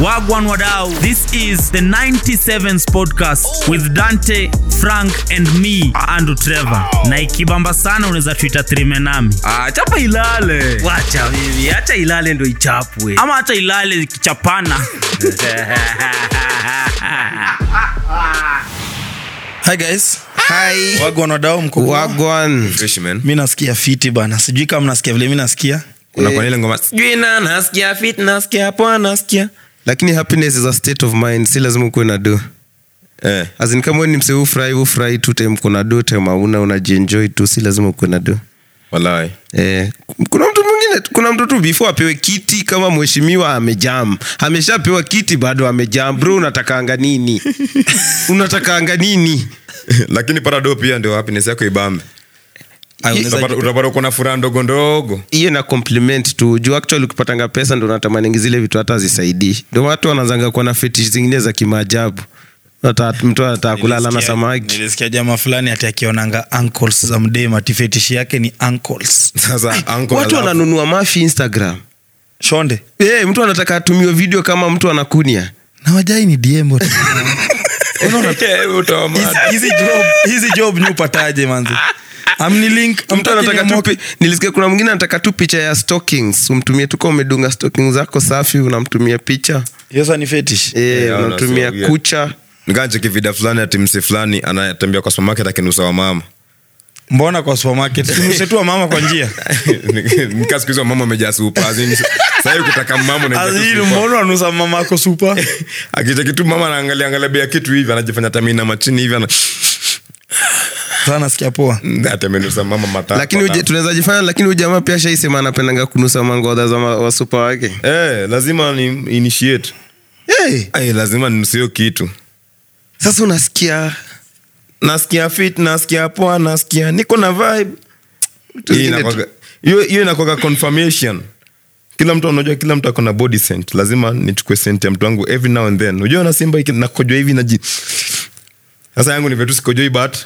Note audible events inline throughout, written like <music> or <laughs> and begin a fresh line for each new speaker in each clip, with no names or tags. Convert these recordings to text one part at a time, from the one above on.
Wagwan Wadau. This is the 97s podcast with Dante, Frank and me, Andrew Trevor. Na ikibamba sana unaweza tuita trime nami.
Ah, chapa ilale.
Wacha mimi, acha ilale ndo ichapwe. Ama acha ilale ikichapana.
hi guys
Hi.
wagwan wadao mkubwa
wagwan
Fresh man.
mi nasikia fiti bana sijui kama mnasikia vile mi nasikia
Kuna kwa ile ngoma.
sijui na nasikia fit nasikia hapo nasikia lakini happiness is a state of mind si lazima ukuwe na do
Eh.
azin kama wewe ni msee ufurahi ufurahi tu time kuna do time auna unajienjoy tu si lazima ukuwe na do
Walai.
Eh, kuna mtu mwingine kuna mtu tu before apewe kiti kama mheshimiwa amejam ameshapewa kiti bado amejam bro unatakanga <laughs> nini unatakanga nini
<laughs> Lakini parado pia ndio happiness yako ibambe.
Ah, unaweza-
Utapata utapata kuna furaha ndogo ndogo.
hiyo na compliment tu juu actually ukipatanga pesa ndo natamaningi zile vitu hata zisaidii ndo watu wanazanga kuwa na fetish zingine za kimaajabu Ata- mtu anataka kulala na
Nilisikia-
samaki
nilisikia jamaa fulani ati akionanga ankles za mdem ati fetishi yake ni ankles <laughs>
Sasa uncle
watu
alafu-
wananunua mafi instagram
shonde
hey, mtu anataka atumiwe video kama mtu anakunia
na wajai ni
<laughs>
dm wote.
<laughs> Eh, utaoma.
Hizi- hizi job hizi job ni upataje manzi amni link
mtu anataka tu pi- nilisikia kuna mwingine anataka tu picha ya stockings umtumie tuka umedunga stockings zako safi unamtumia picha
yosa ni fetish
hey,
Yeah,
unamtumia
so weird.
kucha
Nganche kivida fulani ati msi fulani anatembea kwa supermarket akinusa wa
<laughs>
mama.
mbona kwa supermarket tu wa mama kwa
<laughs>
njia
Nikasikizwa mama amejaa supa. Azin sasa kutaka mama na
Azili, mbona wanusa mama ako supa
<laughs>
Akija kitu mama anaangalia angalia bei ya kitu hivi anajifanya tamina machini hivi ana <laughs>
sana sikia poa
atemenusa mama matatu.
lakini uje- tunaweza jifanya lakini huyu jamaa pia shaisema anapendanga kunusa mangodha za ma- wasupa wake
Eh, lazima ni initiate.
hey.
Ay, lazima ninusio kitu
sasa unasikia
nasikia fit nasikia poa nasikia niko na vibe
Vitu
Hii
vingine
inakuwaga- hiyo hiyo inakuwaga confirmation kila mtu anajua kila mtu akona body scent lazima nichukue scent ya mtu wangu every now and then unajua na simba iki- nakojwa hivi naji sasa yangu ni vetu sikojoi but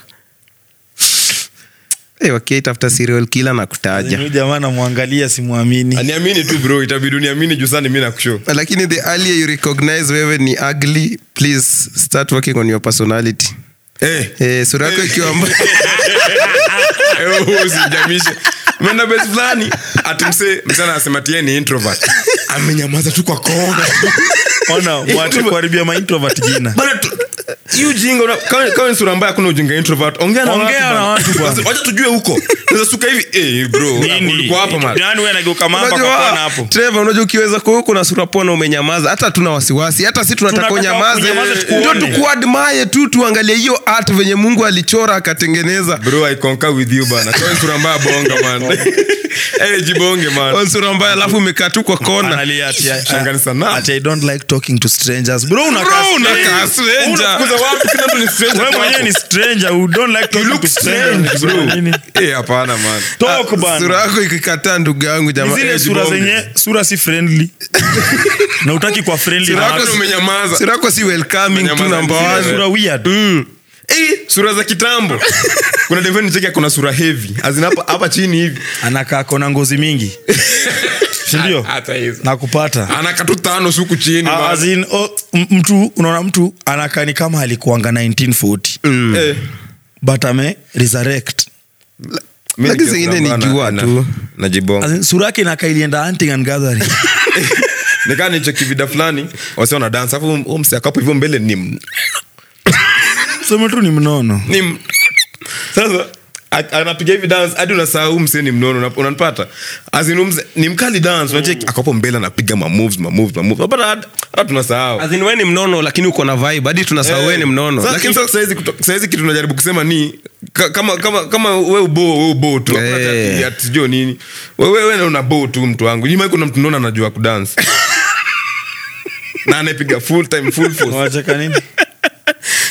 hey, wakiitafuta Eh, serial kila na kutaja
Huyu jamaa namwangalia simwamini
aniamini tu bro itabidi uniamini juu sani mi nakusho
lakini the earlier you recognize wewe ni ugly please start working on your personality
eh, <laughs>
Eh, sura yako ikiwa
<laughs>
mba-
eh, usijamishe menda bes fulani ati msee msana anasema tie ni introvert <laughs> amenyamaza tu kwa konga
<laughs>
ona wache kuharibia maintrovert jina
Bana tu- hii ujinga una- kama- kama ni sura mbaya hakuna ujinga introvert ongea na
Ongea
watu bana.
na watu bwana.
Wacha- wacha tujue huko Unaweza suka hivi eh bro ulikuwa hapa
Yaani
mali
anageuka
Unajua, Trevor, unajua ukiweza kuwa huko na sura pona umenyamaza hata tuna wasiwasi hata si tunataka
Tunataka
unyamaze
unyamaze
ndio
tukuone.
tukuadmaye tu tuangalie hiyo art venye mungu alichora akatengeneza
bro i conquer with you bana kama ni sura mbaya bonga <laughs> man eh jibonge man
On sura mbaya alafu umekaa tu kwa kona
Changani sana.
i don't like talking to strangers bro unakaa
Bro, unakaa stranger.
Unafukuza watu kila mtu ni stranger
wewe mwenyewe
kwako.
ni stranger who don't like
You
talking
look
to strangers
strange, bro.
bro Nini?
<laughs> Eh, hapana man Ah,
talk bana
sura yako ikikataa ndugu yangu jamaa
zile
eh,
sura
jibonge.
zenye sura si
<laughs>
friendly na utaki kwa friendly
Sura
na
yako
watu.
si umenyamaza.
sura yako si welcoming tu
Umenyamaza.
number one.
Zile
sura weird
Eh, sura za
<laughs>
kitambo kuna deveni cheki kuna sura heavy azina hapa hapa chini hivi
anakaa kona ngozi
<laughs>
mingi sindio
Ah, hata hizo
nakupata
anaka tu tano suku chini
Ah,
man.
as in, oh, m- mtu unaona mtu anakaa ni kama alikuanga 1940
Eh.
Mm. but ame resurrect
Mi
Lakini
nikiwa
zingine ni
sambamba
jua
na-
tu.
najibonga
As in, sura yake inakaa ilienda hunting
<laughs>
and gathering
nikaa nicheki vida fulani wasi wana dansa afu huyu msi akapo hivyo mbele ni m-
sema tu ni mnono
ni m- sasa a- anapiga hivi dance hadi unasahau mse ni mnono una- unanipata azin umse ni mkali dance
Mm.
unacheki akapo mbele anapiga ma moves ma moves ma moves unapata hata- hata tunasahau
As in, we ni mnono lakini uko na vibe hadi
Eh.
tunasahau we ni mnono
Sasa-
lakini
sasa saizi kuto- saizi kitu najaribu kusema ni ka- kama kama kama we ubo we ubo tu hakuna
Eh.
ati- ati sijui nini wewe we, we, una bo tu mtu wangu nyuma kuna mtu naona anajua kudance <laughs> na anapiga full time full force
<laughs>
wacheka nini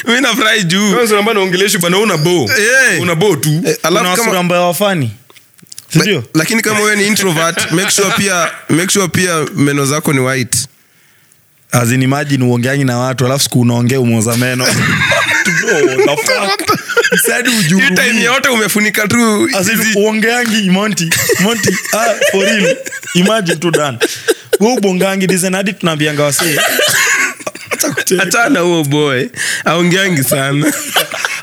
mi nafurahi juu
Kwanza namba naongeleshi bana una bo.
Eh.
Una bo tu.
Eh, alafu
kuna
kama-
wasura mbaya wafani sindio
la- lakini kama wewe ni introvert make sure pia make sure pia meno zako ni white
azin imagine uongeangi na watu alafu siku unaongea umoza meno <laughs> Bro, the <laughs> fuck? Msadi
Hii
ujihurumie.
time yote umefunika tu
As in, uongeangi monti monti ah, for real imagine tu dan we ubongangi dizen hadi tunaambianga wasee
hachana huo boy aongeangi sana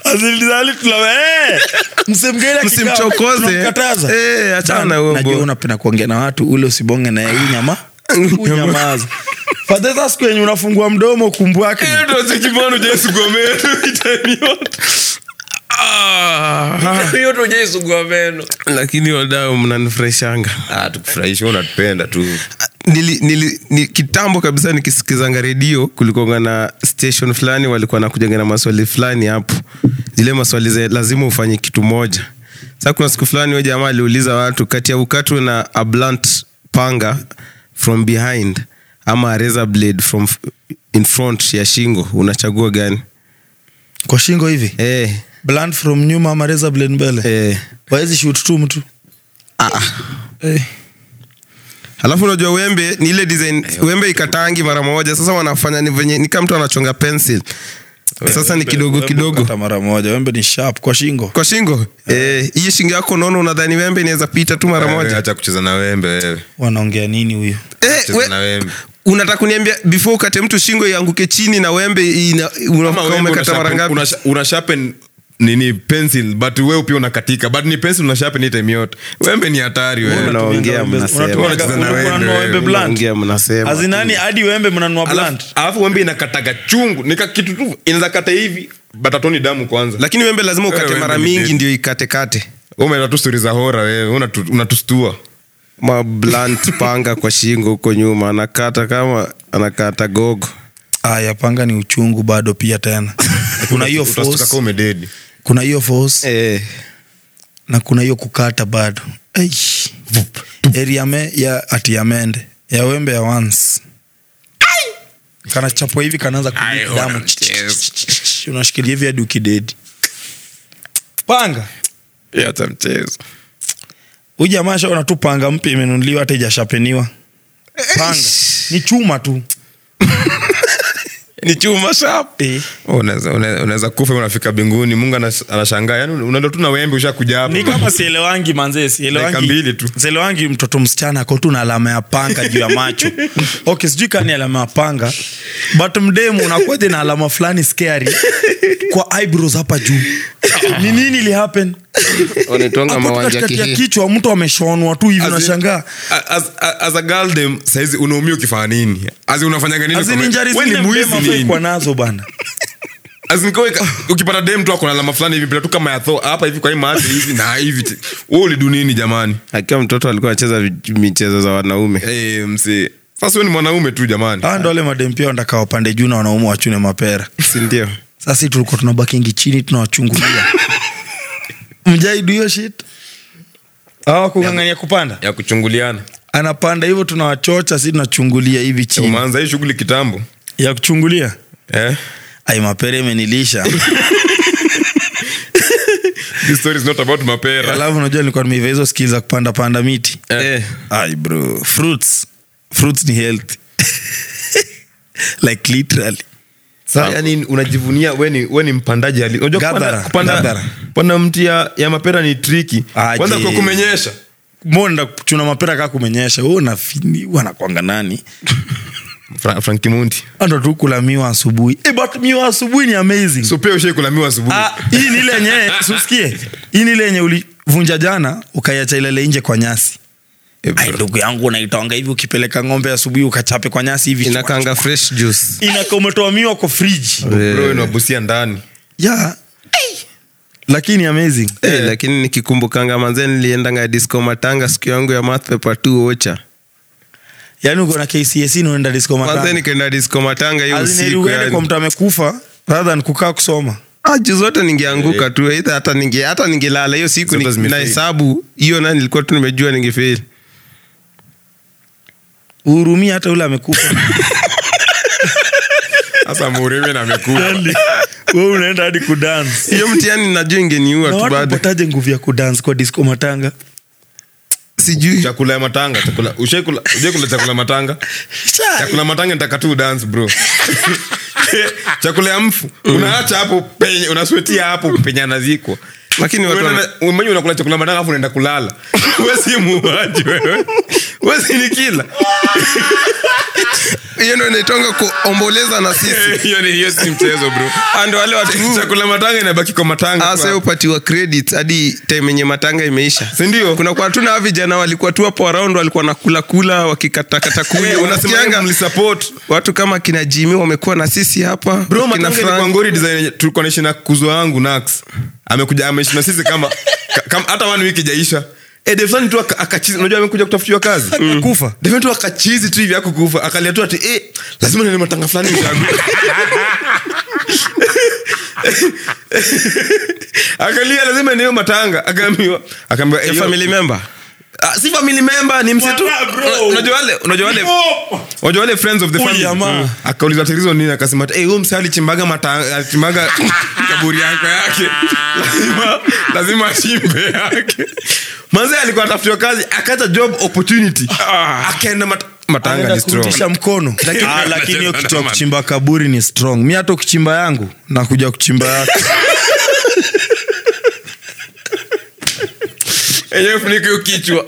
eh,
Msimchokoze. Eh, achana huo bo.
unapenda kuongea na watu ule usibonge naye <laughs> unyama unyamaza fadhesa siku yenye unafungua mdomo kumbwake
yote ujaisugua meno Ah. lakini wadao mnanifurahishanga
tukufurahisha Ah, unatupenda tu
nili, nili, ni, kitambo kabisa nikisikizanga redio kulikuanga na station fulani walikuwa nakujaga na maswali fulani hapo zile maswali za lazima ufanye kitu moja sa kuna siku fulani huyo jamaa aliuliza watu kati ya ukatwe na a blunt panga from behind ama a razor blade from f- in front ya shingo unachagua gani
kwa shingo hivi
eh,
bland from nyuma ama razor blade mbele
eh. Ah,
waezi shoot tu mtu Eh.
alafu unajua wembe ni ile design wembe ikatangi mara moja sasa wanafanya ni venye ni kama mtu anachonga pencil sasa ni kidogo
Wembe
kidogo
hata mara moja wembe ni sharp kwa shingo
kwa shingo Eh, hii shingo yako unaona unadhani wembe inaweza pita tu mara moja
acha kucheza na wembe wewe
wanaongea nini huyo
Eh,
Cheza
we-
na wembe.
unataka kuniambia before ukate mtu shingo ianguke chini na wembe ina- unakaa umekata mara ngapi
unashapen nini pencil but wewe pia unakatika but ni pencil unashapen hii time yote wembe ni hatari wewe.
Wewe unaongea mnasema.
Unacheza na
Unanunua
wembe,
wembe
wewe.
blunt.
Unaongea mnasema.
azinani hadi wembe mnanua bland
Alafu- alafu wembe inakataga chungu nika kitu tu inaweza kata hivi batatoni damu kwanza
lakini Eh, wembe lazima ukate
Wewe
mara
wembe ni
mingi
dead.
ndio ikatekate
umeenda tu stori za hora wewe unatu- unatustua
<laughs> mablant panga kwa shingo huko nyuma anakata kama anakata gogo
aya panga ni uchungu bado pia
<laughs>
tena kuna hiyo
Utastuka
force,
kama umededi
kuna hiyo force
eh.
na kuna hiyo kukata bado Ai. eriame ya atiamende ya wembe ya once kana chapwa hivi kanaanza kuleak damu unashikilia hivi hadi ukidedi panga
hata mchezo
huyu jamaa shaona tu panga mpya imenunuliwa hata ijashapeniwa panga ni chuma tu
ni chuma shap
eh.
Unaweza- unaweza unaweza kufa unafika mbinguni mungu anas- anashangaa yani unaenda tu na wembe ushakuja
ni
hapo
kama sielewangi manzee
Dakika mbili tu.
sielewangi mtoto msichana ako tu na alama ya panga juu ya
<laughs>
macho okay sijui kani alama ya panga but mdemu unakuaje na alama fulani scary kwa eyebrows hapa juu ni nini ili happen
wanaitwanga
hapo tu
mawanja
katikati ya
kihi
kichwa mtu ameshonwa tu hivi
As in-
unashangaa
a- as- a- as a girl dem saizi unaumia ukifanya nini azi unafanyaga nini
azini
kwa-
njari
Wewe ni
zile
mwizi
mdemu afai
nini?
kuwa nazo bana
As in kwa- ukipata dem tu akona alama fulani hivi bila tu kama ya Thor, hapa hivi kwa hii macho hivi na hivi ti- wewe ulidu nini jamani
akiwa mtoto alikuwa anacheza vi- michezo za wanaume
Eh, msee sasa wewe ni mwanaume tu jamani
hawa ndo wale mademu pia wanataka wapande juu na wanaume wachune mapera
sindio
sasi tulikuwa tunabakingi
<laughs>
chini tunawachungulia mjaidu hiyo shit Ah, awakungangania kupanda
ya kuchunguliana
anapanda hivyo tunawachocha si tunachungulia hivi chini
umeanza hii shughuli kitambo
ya kuchungulia
eh
ai mapere <laughs> imenilisha
this story is not about mapera
alafu unajua nilikuwa nimeiva hizo skill za kupanda panda miti
eh
ai bro fruits fruits ni health <laughs> like literally
Sa, yani unajivunia we ni, we ni mpandaji ali- unajua kupanda-
Gathara,
kupanda-
gathara.
kupanda mti ya, ya mapera ni triki
Aje.
kwanza kwa kumenyesha
mbona chuna mapera kaa kumenyesha u nafiniwa nakwanga nani
Fra, franki mundi
ando tu kula miwa asubuhi eh but miwa asubuhi ni amazing
so pia ushaikulamiwa asubuhi
Ah, hii ni ile yenye <laughs> susikie hii ni ile yenye ulivunja jana ukaiacha ilele nje kwa nyasi
Eh, bro.
Ai, ndugu yangu unaitaonga hivi ukipeleka ng'ombe asubuhi ukachape kwa nyasi hivi
inakanga fresh juice
inakometoamiwa kwa friji
bro inabusia ndani
yeah. lakini amazing
Eh, lakini nikikumbukanga manze niliendanga disco matanga siku yangu ya math paper two ocha
yaani uko na kcs na unaenda disco
kwanza
matanga.
nikaenda disco matanga hiyo
As in,
usiku
uende kwa
yani.
mtu amekufa rather than kukaa kusoma
Ah, juu zote ningeanguka tu either hata ninge hata ningelala hiyo siku
Eh. Zote
ni-
zimefail.
na hesabu hiyo na nilikuwa tu nimejua ningefeli
uhurumia hata ule amekufa
sasa murimi na amekufa
<laughs> Yaani, wewe unaenda hadi kudance
hiyo mtihani najua ingeniua
na
tu
watu
bado
wapataje nguvu ya kudance kwa disco matanga
sijui
chakula ya matanga chakula ushaikula ujaikula chakula matanga
Shai.
chakula matanga nitaka tu dance bro chakula ya mfu unaacha hapo penye unaswetia hapo penye anazikwa
Lakini watu wana-
umenya unakula chakula matanga afu unaenda kulala wesi muuaji wewe wesi ni kila
hiyo ndo inaitwanga kuomboleza na sisi
<laughs> hiyo ni- hiyo si mchezo bro
Ah, ndo wale
<laughs>
watu Ah,
chakula matanga inabaki kwa matanga
asa upatiwa credit hadi time yenye matanga imeisha
sindio
kuna kwa tuna hawa vijana walikuwa tu hapo around walikuwa nakula kula wakikatakata
<laughs>
kuli
unasikianga
unasikianga
mlisupport
watu kama kina jimi wamekuwa na sisi hapa
bro
kina
matanga
Frank.
ilikuwa ngori design yenye tulikuwa naishi na kuzo wangu nax amekuja ameishi na sisi kama ka- kama hata one week ijaisha eh de fulani tu aka- akachizi unajua amekuja kutafutiwa kazi
kufa
de fulani tu akachizi tu hivi yako kufa akalia tu ati eh lazima nene matanga fulani yangu <laughs> akalia lazima niyo matanga akaambiwa akaambiwa
Ya
eh,
family member
Ah, si family member ni msetu
Wala, bro.
Una- unajua wale unajua wale
Oh!
unajua wale friends of the family
jamaa.
Mm. akauliza tatizo nini akasema eh huyo msali chimbaga mata alichimbaga <laughs> kaburi yako yake lazima lazima achimbe yake manze alikuwa atafutiwa kazi akata job opportunity
Ah.
akaenda mat matanga ni strong
kurutisha <laughs> mkono Lakini-
Ah,
Ah, lakini hiyo kitu ya
Naman.
kuchimba kaburi ni strong mi hata ukichimba yangu nakuja kuchimba yako <laughs>
yenyewe funiko hiyo kichwa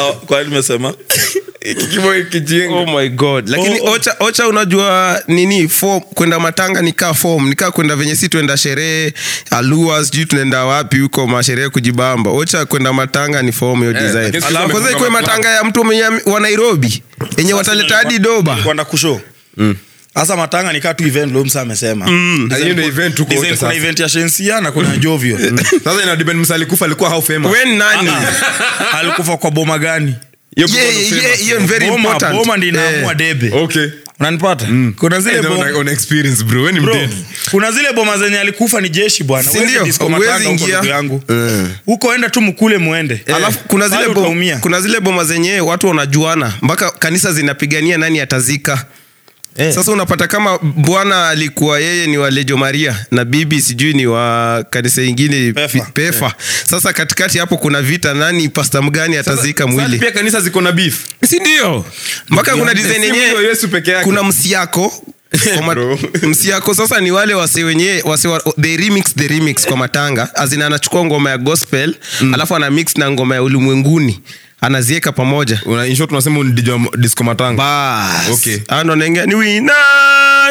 Ah, <laughs>
kwani nimesema
kimo kijengo
oh my god lakini
Oh, oh.
ocha ocha unajua nini form kwenda matanga nikaa form nikaa kwenda venye si tuenda sherehe alua sijui tunaenda wapi huko masherehe kujibamba ocha kwenda matanga ni form hiyo design
Eh, lakini sisi
Alafu
tumefunga
kwanza ikuwe
matanga.
matanga ya mtu mwenye ame- wa nairobi yenye wataleta hadi doba
kwenda kusho hasa matanga nikaa tu event lomsa amesema
hiyo ndio event tuko
Design,
wote
kuna
sasa
event ya shensia na kuna <laughs> jovio
sasa ina depend msali kufa alikuwa how famous
we ni nani
Ah, alikufa kwa boma gani
Hiyo kufa
Yeah,
ndo
yeah,
famous.
hiyo ni very
boma,
important.
boma ndi
Eh.
inaamua debe
okay
unanipata kuna zile
Eh,
boma-
una- una experience bro wewe ni
Bro,
mdeni
kuna zile boma zenye alikufa ni jeshi bwana
Si
Huwezi
ndio?
disco
Huwezi
matanga huko
ingia.
ndugu yangu
Eh.
huko enda tu mkule mwende
alafu kuna zile,
Bado
bo,
Eh. utaumia.
kuna zile boma zenyewe watu wanajuana mpaka kanisa zinapigania nani atazika Eh. Sasa unapata kama bwana alikuwa yeye ni wa Lejo Maria na bibi sijui ni wa kanisa ingine
Pefa.
Pi- pefa. Sasa katikati hapo kuna vita, nani pasta mgani atazika
Sasa
mwili,
pia kanisa ziko na beef
si ndio? Mpaka kuna design
Si
yenyewe
mwili wa Yesu peke yake.
kuna
<laughs>
msiako Kwa ma-
Bro.
msiako sasa ni wale wase wenyewe wase wa, they remix, they remix kwa matanga azina anachukua ngoma ya gospel mm. alafu ana mix na ngoma ya ulimwenguni anazieka pamoja
Una- in short unasema ni DJ wa disco matanga
bas
Okay.
anaonengea ni wina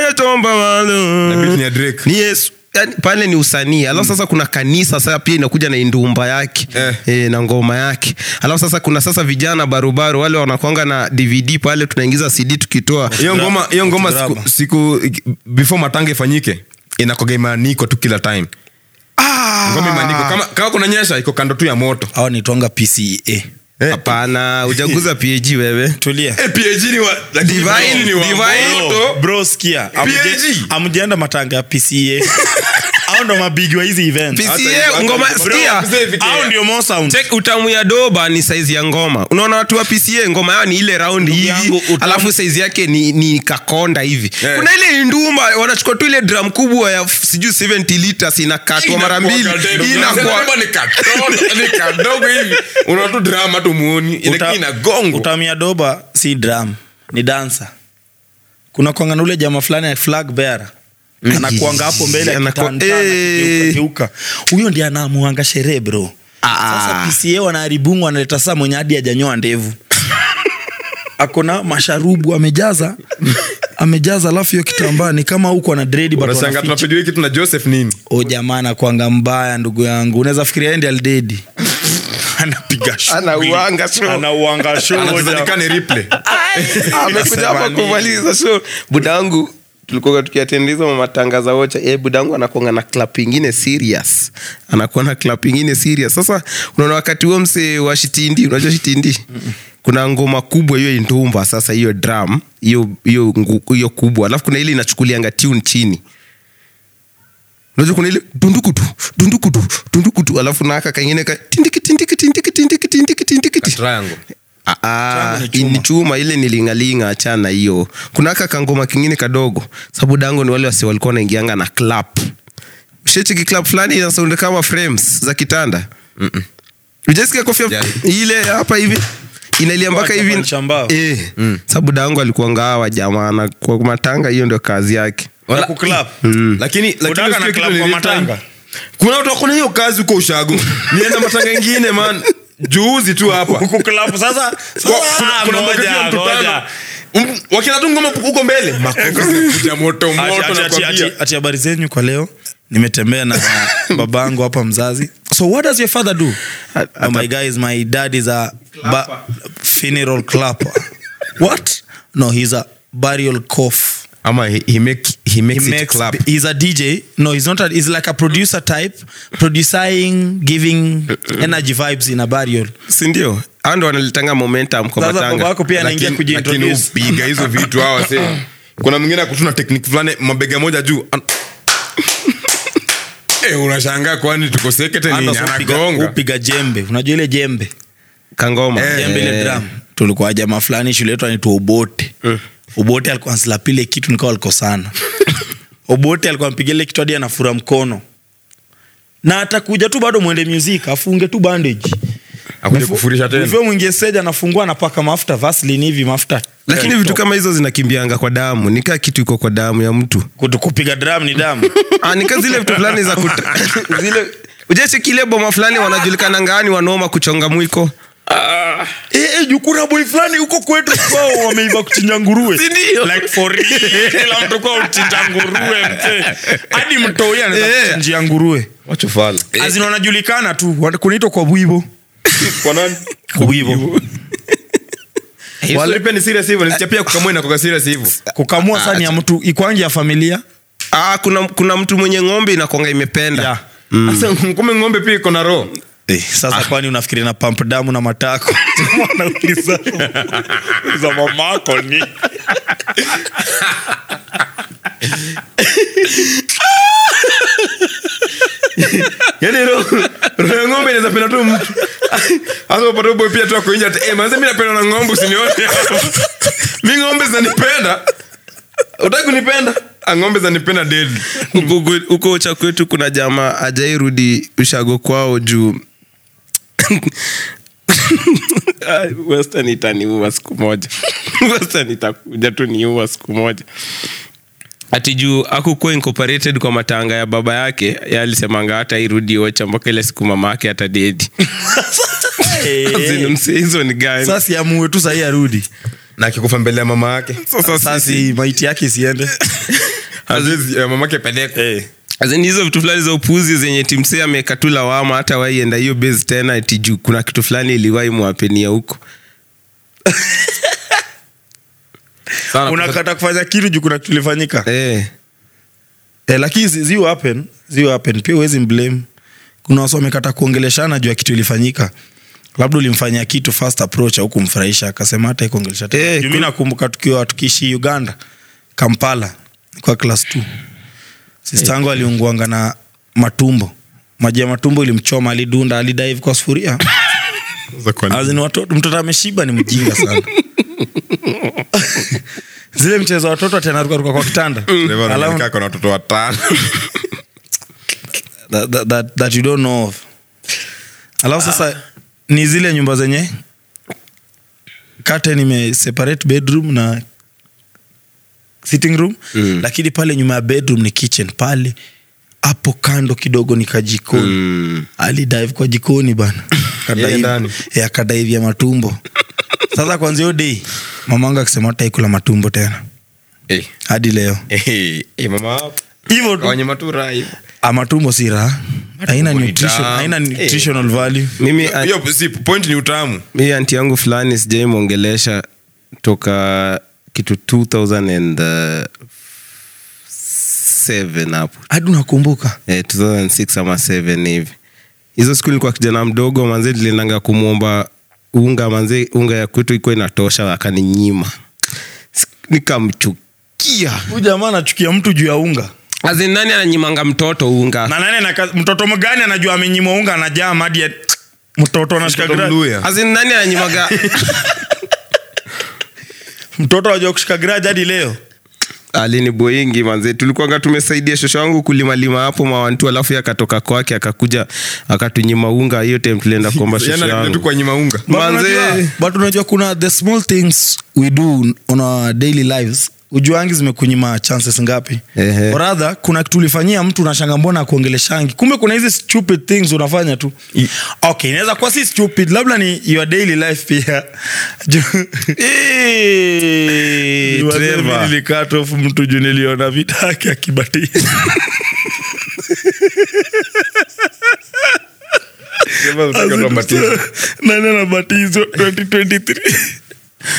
yatomba
Na beat ni
walo
ya Drake.
ni yesu yani, pale ni usanii alafu sasa kuna kanisa sasa pia inakuja na indumba yake
Eh.
e, na ngoma yake alafu sasa kuna sasa vijana barubaru wale wanakwanga na dvd pale tunaingiza cd tukitoa
hiyo ngoma hiyo ngoma siku,
Drama.
siku before matanga ifanyike inakoga imeanikwa tu kila time
Ah.
ngoma imeanikwa kama, kama kuna nyesha iko kando tu ya moto
hawa nitwanga pcea
Eh, hapana
<laughs>
ujaguza pag wewe
tulia
Eh, Divine, divine.
Bro, bro skia
E.
PSG.
amjaenda matanga ya
<laughs>
pca au ndo mabigi wa hizi event
PCA,
hivyo-
ngoma
Bro,
sikia
au ndio mo sound
Check utamu ya doba ni saizi ya ngoma unaona watu wa pca ngoma yao ni ile raundi
Ndugu yangu,
hivi
utamu-
alafu saizi yake ni, ni kakonda hivi
Eh.
yeah. kuna ile ndumba wanachukua tu ile dram kubwa ya f- sijui 70 liters inakatwa mara mbili inakuwa
<laughs>
kadogo hivi unatu drama tumuoni
Uta-
inagongo
utamia doba si drum ni dansa kuna kwanga na ule jama fulani ya flag bearer anakuanga hapo mbele
Anaku-
akitanda,
Eh.
anageuka, huyo ndiye anaamuanga sherehe bro sasa pca wanaharibungu wanaleta saa mwenye hadi ajanyoa ndevu akona masharubu amejaza amejaza alafu hiyo kitambaa ni kama huko ana dredi
unashanga tunapijua hiki tuna joseph nini
o jamaa anakwanga mbaya ndugu yangu unaweza fikiria yeye ndiye aldedi <laughs> anapiga show.
anauanga show.
anauanga show, jamaa.
anachezanikane replay
Ah, amekuja hapa kumaliza show buda wangu tulikuwa tukiatendiza matangaza wocha e budangu anakuanga na klap ingine serious anakuwa na klap ingine serious sasa unaona wakati huo mse wa shitindi unajua shitindi kuna ngoma kubwa hiyo indumba sasa hiyo dram hiyo hiyo ngu- hiyo kubwa alafu kuna ile inachukulianga tune chini unajua kuna ile dundukutu dundukutu dundukutu alafu naaka kaingine ka tindiki tindiki tindiki tindiki tindiki tindiki tindiki
triangle
Ah, ah,
Changu ni chuma.
ni chuma ile nilingalinga achana hiyo kunaka kangoma kingine kadogo sababu dango ni wale wasi walikuwa wanaingianga na clap ushecheki clap fulani inasaundi kama frames za kitanda ujasikia kofia
Yeah.
ile hapa hivi inalia mpaka
Kwa
hivi
chapa nchambao.
eh,
Mm.
sababu dango alikuanga awa jamaa na kwa matanga hiyo ndio kazi yake
Wala-
Na kuclap.
Mm. Lakini-
Udaka
lakini
na
usikie
club
kitu
kwa
nilitaka.
matanga.
kuna watu wakona hiyo kazi huko ushago nienda matanga ingine man juuzi tu hapa
Huku klabu, sasa- sasa-
kuna- kuna
ngoja,
matukio ya mtu
ngoja.
tano. Um- wakina tu ngoma huko mbele makuja moto
Ati-
moto
ati- ati-
nakwambia.
ati- ati habari zenyu kwa leo nimetembea na babangu hapa mzazi so what does your father do oh my guy is my dad is a ba- funeral
<laughs>
clapper what no he's a burial cough
ama he, he make, he makes
he
it
makes,
clap
he's a DJ. No, he's not. A, he's like a producer type, producing, giving
Uh-uh.
energy vibes in a burial.
sindio ando wanalitanga momentum kwa
Sasa baba
matanga
wako pia anaingia
Lakini- lakini
kujiintroduce.
hupiga hizo vitu hawa se kuna mwingine akutuna tekniki fulani mabega moja juu
<coughs>
an- Eh, unashangaa kwani tuko sekreteni
Anderson hupiga-
anagonga
hupiga jembe. Unajua ile jembe,
kangoma
Eh,
jembe ile drum. Tulikuwa jamaa fulani shule yetu anaitwa Obote.
Eh.
Obote alikuwa anslap ile kitu nikawa
<laughs>
alikosana. Obote alikuwa ampiga ile kitu hadi anafura mkono. Na atakuja tu bado mwende music, afunge tu bandage.
akuje kufurisha tena
Hivyo mwingie stage anafungua anapaka mafuta Vaseline hivi mafuta. Eh,
lakini vitu kama hizo zinakimbianga kwa damu nikaa kitu iko kwa damu ya mtu
Kutu- kupiga drum ni
<laughs>
damu.
Ah, nika zile vitu fulani za kuta <laughs> zile ujachikile boma fulani wanajulikana ngaani wanoma kuchonga mwiko
Eh, eh, juu kuna boy fulani huko kwetu kwao wameiva kuchinja nguruwe like for real, <laughs> kila mtu kwao huchinja nguruwe mzee. hadi mtoi anaweza kuchinjia nguruwe Eh.
wachofala
azina Eh. wanajulikana tu wana- kunaitwa kwa bwibo
kwa
<laughs>
nani
bwibo
wale pia ni serious hivyo nisichapia kukamwe na kwa serious hivyo
<laughs>
<laughs>
kukamua sani ya mtu ikwangi ya familia
ah, kuna, kuna mtu mwenye ng'ombe inakonga imependa
Yeah.
sasa kumbe ng'ombe pia iko na roho
Eh, sasa kwani unafikiri na pamp damu na <laughs> matako Wanauliza- za mamako ni
yani roho roho ya ng'ombe inaweza penda tu mtu <laughs> hasa upate boy pia tu ako nje ati eh manze mimi napenda na ng'ombe usinione <laughs> mimi ng'ombe zinanipenda utaki kunipenda ah ng'ombe zinanipenda dead
<laughs> Huko kwe- huko ucha kwetu kuna jamaa ajairudi ushago kwao juu <laughs> Ah, western itaniua siku moja <laughs> western itakuja tu niua siku moja ati juu akukuwa incorporated kwa matanga ya baba yake ye alisemanga hata irudi ocha mpaka ile siku mama yake atadedi <laughs>
Eh.
Zinu mse- hizo ni gani
sasa yamue tu sahii arudi
na akikufa mbele ya mama yake
sasa si- maiti yake isiende
azizi eh, ya mama yake peleko
eh.
Azin, hizo vitu fulani za upuuzi zenye timse ameweka tu lawama hata waienda hiyo base tena ati juu kuna kitu fulani iliwahi mwapenia huko
sana
unakata kufanya kitu juu kuna kitu ilifanyika
eh.
eh, lakini zi- ziu happen ziu happen pia huwezi mblame kuna wasi wamekata kuongeleshana juu ya kitu ilifanyika labda ulimfanyia kitu first approach au kumfurahisha akasema hata ikuongelesha
Eh,
tena hey,
kuna-
nakumbuka tukiwa tukiishi uganda kampala kwa class 2 sistangu aliunguanga na matumbo maji ya matumbo ilimchoma alidunda alidive kwa sufuria As in watoto mtoto ameshiba ni mjinga sana <laughs> zile mchezo wa watoto atanarukaruka kwa kitanda Alafu-
na watoto watano <laughs>
that, that, that, that you don't know of alafu sasa ni zile nyumba zenye kate nime separate bedroom na sitting room mm. lakini pale nyuma ya bedroom ni kitchen pale hapo kando kidogo ni kajikoni mm. alidive kwa jikoni <laughs> bana
Yeye
Kadive-
ndani.
Eh, akadive ya matumbo sasa kwanzia hiyo dei mamangu akisema hataikula matumbo tena
eh
hadi leo
eh eh, mama hapo
hivyo tu
kwenye matura hiyo
Ah, matumbo si raha haina
ni
nutrition,
damu.
haina
Eh.
nutritional value
mimi an-
hiyo si point ni utamu
mi anti yangu fulani sijaimwongelesha toka kitu 2007 hapo
hadi unakumbuka
eh, 2006 ama 7 hivi hizo siku nilikuwa kijana mdogo manze niliendanga kumwomba unga manze unga ya kwetu ikuwa inatosha akaninyima Sik- nikamchukia
huyu jamaa anachukia mtu juu ya unga
azi nani ananyimanga mtoto unga
na nani anaka, mtoto mgani anajua amenyimwa unga anajaa madi ya mtoto anashika
Mtoto
grudge.
mluya.
azi nani ananyimaga
mtoto anajua kushika grudge hadi leo
<laughs> alini boingi manze tulikuanga tumesaidia shosho wangu kulimalima hapo mawantu alafu yakatoka kwake akakuja akatunyima unga hiyo time tulienda <laughs> kuomba
Yaani
shosho
anakuja tu
yangu
kwa nyima unga
But
Manze.
unajua- but unajua kuna the small things we do on our daily lives ujuangi zimekunyima chances ngapi
Ehe.
Or rather kuna kitu ulifanyia mtu unashanga mbona akuongeleshangi kumbe kuna hizi stupid things unafanya tu okay inaweza kuwa si stupid labda ni your daily life pia Ju- Ju-
Trevor.
mimi nilicut off mtu juu niliona vitake akibatia nani anabatizwa 2023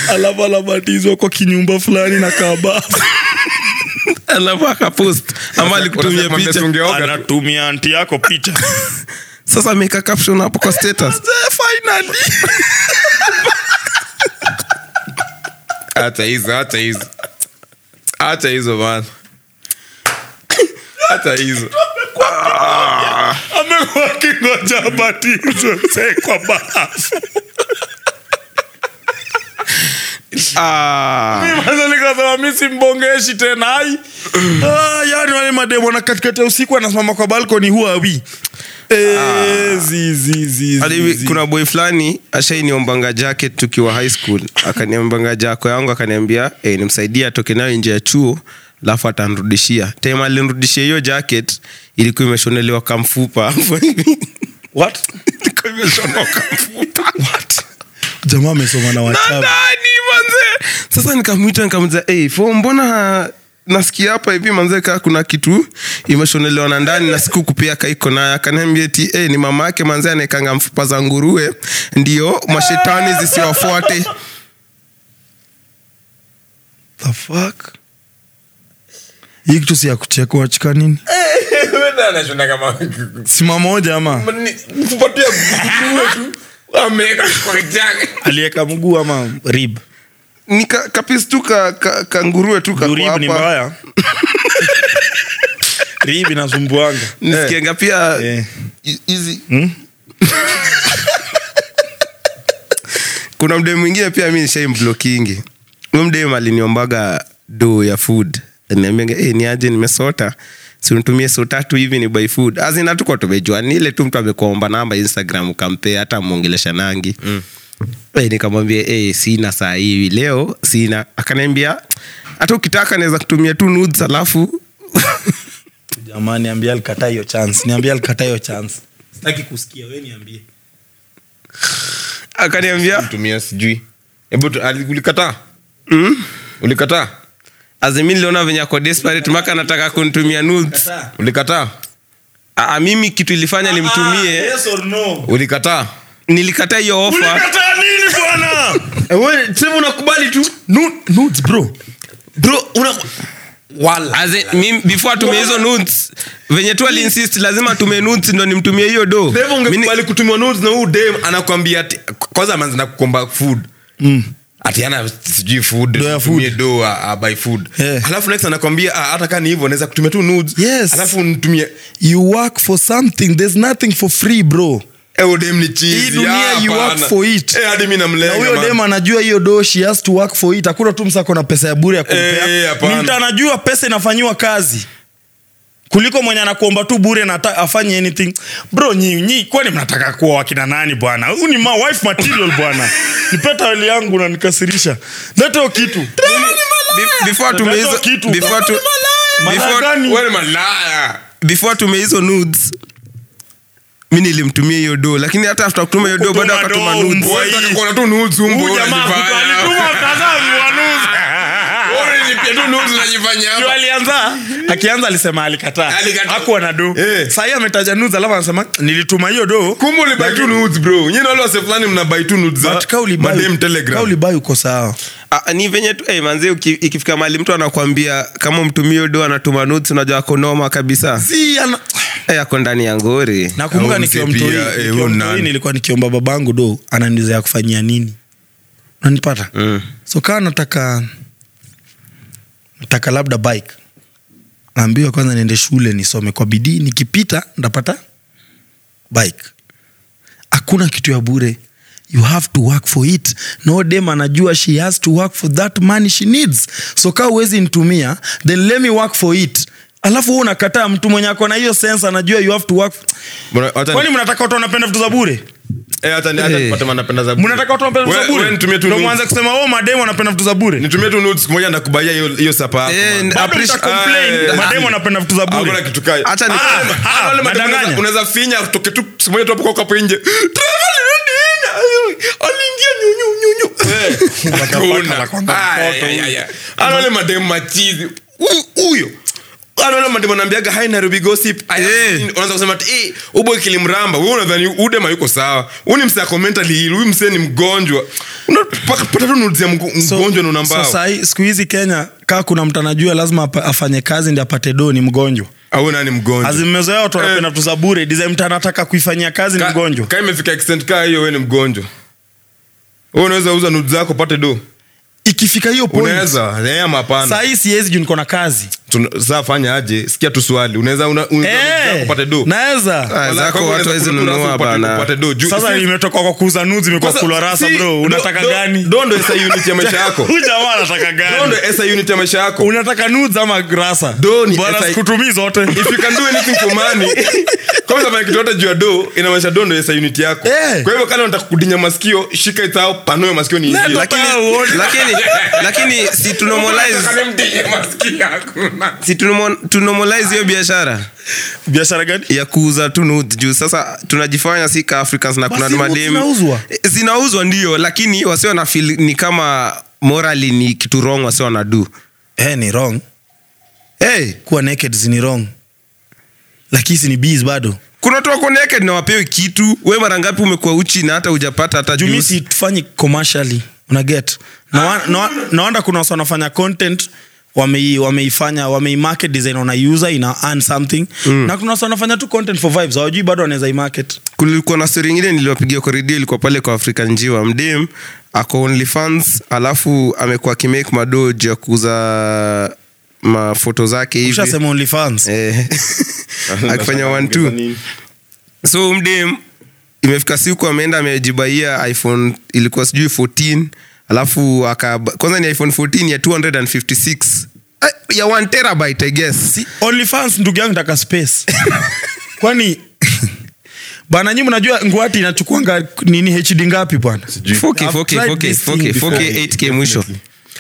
alafu anabatizwa kwa kinyumba fulani na kaba
alafu akapost ama alikutumia
Unasema
picha
tungeoga tu.
anatumia anti yako picha
sasa ameweka caption hapo kwa status
finally
Acha hizo, acha hizo. Acha hizo bana. Acha hizo.
amekuwa kingoja abatizwe mzee kwa bahafu
ah,
Sasa nikasema mi simbongeshi tena ai ah, yani wale mademu wana katikati ya usiku anasimama kwa balkoni huwa wi Eh, Ah.
hadi kuna boy fulani ashainiombanga jacket tukiwa high school akaniambanga jako yangu akaniambia eh, nimsaidie atoke nayo nje ya chuo alafu atanrudishia time alinrudishia hiyo jacket ilikuwa imeshonelewa kamfupa <laughs> hapo hivi ilikuwa imeshonwa kamfupa
jamaa amesoma na wachawi
nani manze sasa nikamwita nikamuza hey, fo mbona nasikia hapa hivi manze kaa kuna kitu imeshonelewa na ndani na siku kupia kaiko naye akaniambia ti hey, ni mama yake manze anaekanga mfupa za nguruwe ndio mashetani zisiwafuate
the fuck hii kitu si ya kucheka wachika nini
Wewe anashona kama
sima moja ama
kupatia nguruwe tu. Ameweka kwa jacket.
alieka mguu ama rib
ni ka, kapisi tu ka, ka, kanguruwe tu kako
rib ni
hapa.
<laughs> mbaya rib inasumbuanga
nisikianga pia
Eh.
hi- hizi
Hmm?
kuna mdee mwingine pia mi nishaimblockingi huyu mdee aliniombaga do ya food niambiaga hey, niaje nimesota sinitumie so tatu hivi ni by food azina tuko tumejua ni ile tu mtu amekuomba namba instagram ukampee hata amwongelesha nangi mm. hey, nikamwambia hey, sina saa hivi leo sina akaniambia hata ukitaka naweza kutumia tu nudes alafu <laughs>
jamaa niambie alikataa hiyo chance niambie alikataa hiyo chance sitaki kusikia we niambie
akaniambia
Tumia sijui. Hebu tu- ali- ulikataa?
mm?
Ulikataa?
azimi niliona venye ako desperate maka anataka kunitumia nudes
Ulikataa?
Aa, mimi kitu ilifanya nimtumie
yes or no
Ulikataa?
nilikataa hiyo ofa
ulikataa nini bwana
Eh, Wewe sema unakubali tu.
Nu- nudes bro
Bro, una wala.
As in, mimi before atumie hizo nudes venye tu aliinsist lazima atumie nudes ndo nimtumie hiyo do
Sasa
Mini-
ungekubali kutumia notes na huyu dem anakwambia ati kwanza manzi na kukomba food.
mm.
ati ana sijui food
Do ya
tumie
food.
do uh, by food
Yeah.
alafu next anakwambia ah, hata kaa ni hivyo naweza kutumia tu nudes
Yes.
alafu nitumie
you work for something there's nothing for free bro
eh dem ni cheese
Hii dunia,
Yeah,
you work
hapana.
for it.
eh hadi mimi
na
namlenga
huyo
man.
dem anajua hiyo do she has to work for it hakuna tu msako na pesa ya bure ya
Eh,
kumpea
hapana.
Ni mtu anajua pesa inafanyiwa kazi kuliko mwenye anakuomba tu bure na ata- afanye anything bro nyinyi kwani mnataka kuwa wakina nani bwana huyu ni ma wife material bwana nipeta hali yangu nanikasirisha leto kitu
be- before atumie
Ndio
hizo-
kitu.
before tu-
Malaya
before-
gani?
wewe ni malaya
before atumie hizo nudes mi nilimtumia hiyo do lakini hata after kutuma hiyo do bado
Kutuma
akatuma
do,
nudes
mbwa.
Wewe unataka kuona tu nudes umbo
Huyu jamaa
unajifanya.
alituma mtazamo wa nudes.
Wewe unanilipia tu nudes unajifanya
Ndio
hapa.
alianza akianza alisema alikataa
Alikataa.
hakuwa na do
Eh.
sahii ametaja nudes alafu anasema nilituma hiyo do
kumbe ulibai tu nudes bro nyinyi na wale wase fulani mnabai tu nudes za- madem telegram
ulibai uko sawa
Ah, ni venye tu hey, manzi ikifika mali mtu anakwambia kama mtumio do anatuma nudes unajua akonoma kabisa hey, ako ndani ya ngori
nakumbuka
Au
nikiwa
msepia,
mtoi
eh,
nikiwa
huyo
mtoi
nani?
nilikuwa nikiomba babangu do ananiza ya kufanyia nini nanipata
Mm.
so kaa nataka nataka labda bike naambiwa kwanza niende shule nisome kwa bidii nikipita ndapata bike hakuna kitu ya bure you have to work for it no dem anajua she has to work for that money she needs so kaa uwezi nitumia then let me work for it alafu huu unakataa mtu mwenye ako na hiyo sense anajua you have to work
Bro, hata-
kwani mnataka watu wanapenda vitu za bure
Eh, hata ni- hata
Eh.
nipate manapenda za bure.
mnataka watu wanapenda vitu
We-
za bure
we nitumie tu
Ndio
nudes.
mwanze kusema oh mademu wanapenda vitu za bure
nitumie tu nudes siku moja ndakubaia hiyo- hiyo sapa yako,
Eh,
man.
na-
bado
appreciate-
mtacomplain
Ah,
mademu wanapenda vitu za
Hakuna
bure
kitu kai.
Acha ni-
Ah,
Ah,
ah, wale mademu
nadanganya.
unaweza- unaweza finya utoke tu siku moja tu hapo kwako hapo nje. Trevor, rudi in. Ay, aliingia nyu, nyu, nyu, nyu. <laughs> Eh, hakuna. Ah,
la kwanza
Ay,
mtoto
ay, ay, ay. Ana wale mademu machizi Hu- huyo Ana wale mademu anaambiaga, "Hi, Nairobi
Eh.
gossip." Ay, unaweza kusema ati, "Eh, ubo kilimramba wewe unadhani udema yuko sawa huyu ni msee ako mentally ill huyu msee ni mgonjwa unapata tu nudes ya mgo-
So-
mgonjwa na unambao
so sahi siku hizi kenya kaa kuna mtu anajua lazima apa- afanye kazi ndi apate doo ni mgonjwa
au nani mgonjwa
azimmezoea watu wanapenda vitu za bure design mtu anataka kuifanyia kazi ni
Eh. Ka-
mgonjwa
ka imefika extent kaa hiyo we ni mgonjwa we unaweza uza nudu zako pate do
ikifika hiyo point
unaweza Eh, ama hapana
sahii siwezi juu niko na kazi
Tuna- saa fanya aje sikia tu swali unaweza una- unauza nudes
Eh,
zako upate do
naweza
Ah,
Wala,
zako
kwa hivyo
watu
unaweza
hawezi
kununua
nunua
upate-
bana.
upate do juu
sasa
Sasa-
imetoka kwa kuuza nuzi imekuwa
sasa-
kula rasa
si,
bro
do-
unataka
do-
gani
do ndo esa unit ya maisha yako
<laughs> Huyu jamaa anataka
do
gani
ndo esa unit ya maisha yako
unataka nuzi ama rasa
Do ni
bwana
SI.
sikutumii zote
if you can do anything for
<laughs>
money kama utafanya kitu hata juu ya do inamaanisha do ndo esa unit yako
Eh.
kwa hivyo kama unataka kudinya masikio shika itao panue masikio ni
Lendo
ingie
pa-
lakini, lakini, lakini si tunormalize
<laughs>
si tunomo- tunormalize hiyo biashara
biashara gani
ya kuuza tu nudes juu sasa tunajifanya si ka africans na kuna
Basi nudes
madem
zinauzwa?
Eh, zinauzwa ndio lakini wasio na feel ni kama morali ni kitu wrong wasio wanadu
eh ni wrong
hey,
kuwa naked ni wrong lakini si ni bees bado
kuna watu wako naked na wapewe kitu we mara ngapi umekuwa uchi na hata hujapata hata
juu mi
juice?
sifanyi commercially una get naona na, na, na kuna wasa wanafanya content wamei- wameifanya wameimarket design wanaiuza ina earn something mm. na kuna wasa wanafanya tu content for vibes hawajui bado wanaweza imarket
kulikuwa na stori ingine niliwapigia kwa redio ilikuwa pale kwa afrika njiwa mdem ako onlyfans alafu amekuwa akimake madoo juu ya kuuza mafoto zake hivi
ushasema only fans
Eh. <laughs> akifanya one two so mdem imefika siku ameenda amejibaia iphone ilikuwa sijui 14 alafu aka kwanza ni iphone 14 ya 256 Eh, ya 1 terabyte i guess
si, only fans ndugu yangu nataka
<laughs>
space kwani bana nyi mnajua nguati inachukuanga nini hd ngapi bwana
4K,
I've
4K,
tried
4K,
this thing
4K,
before.
4K, 8K mwisho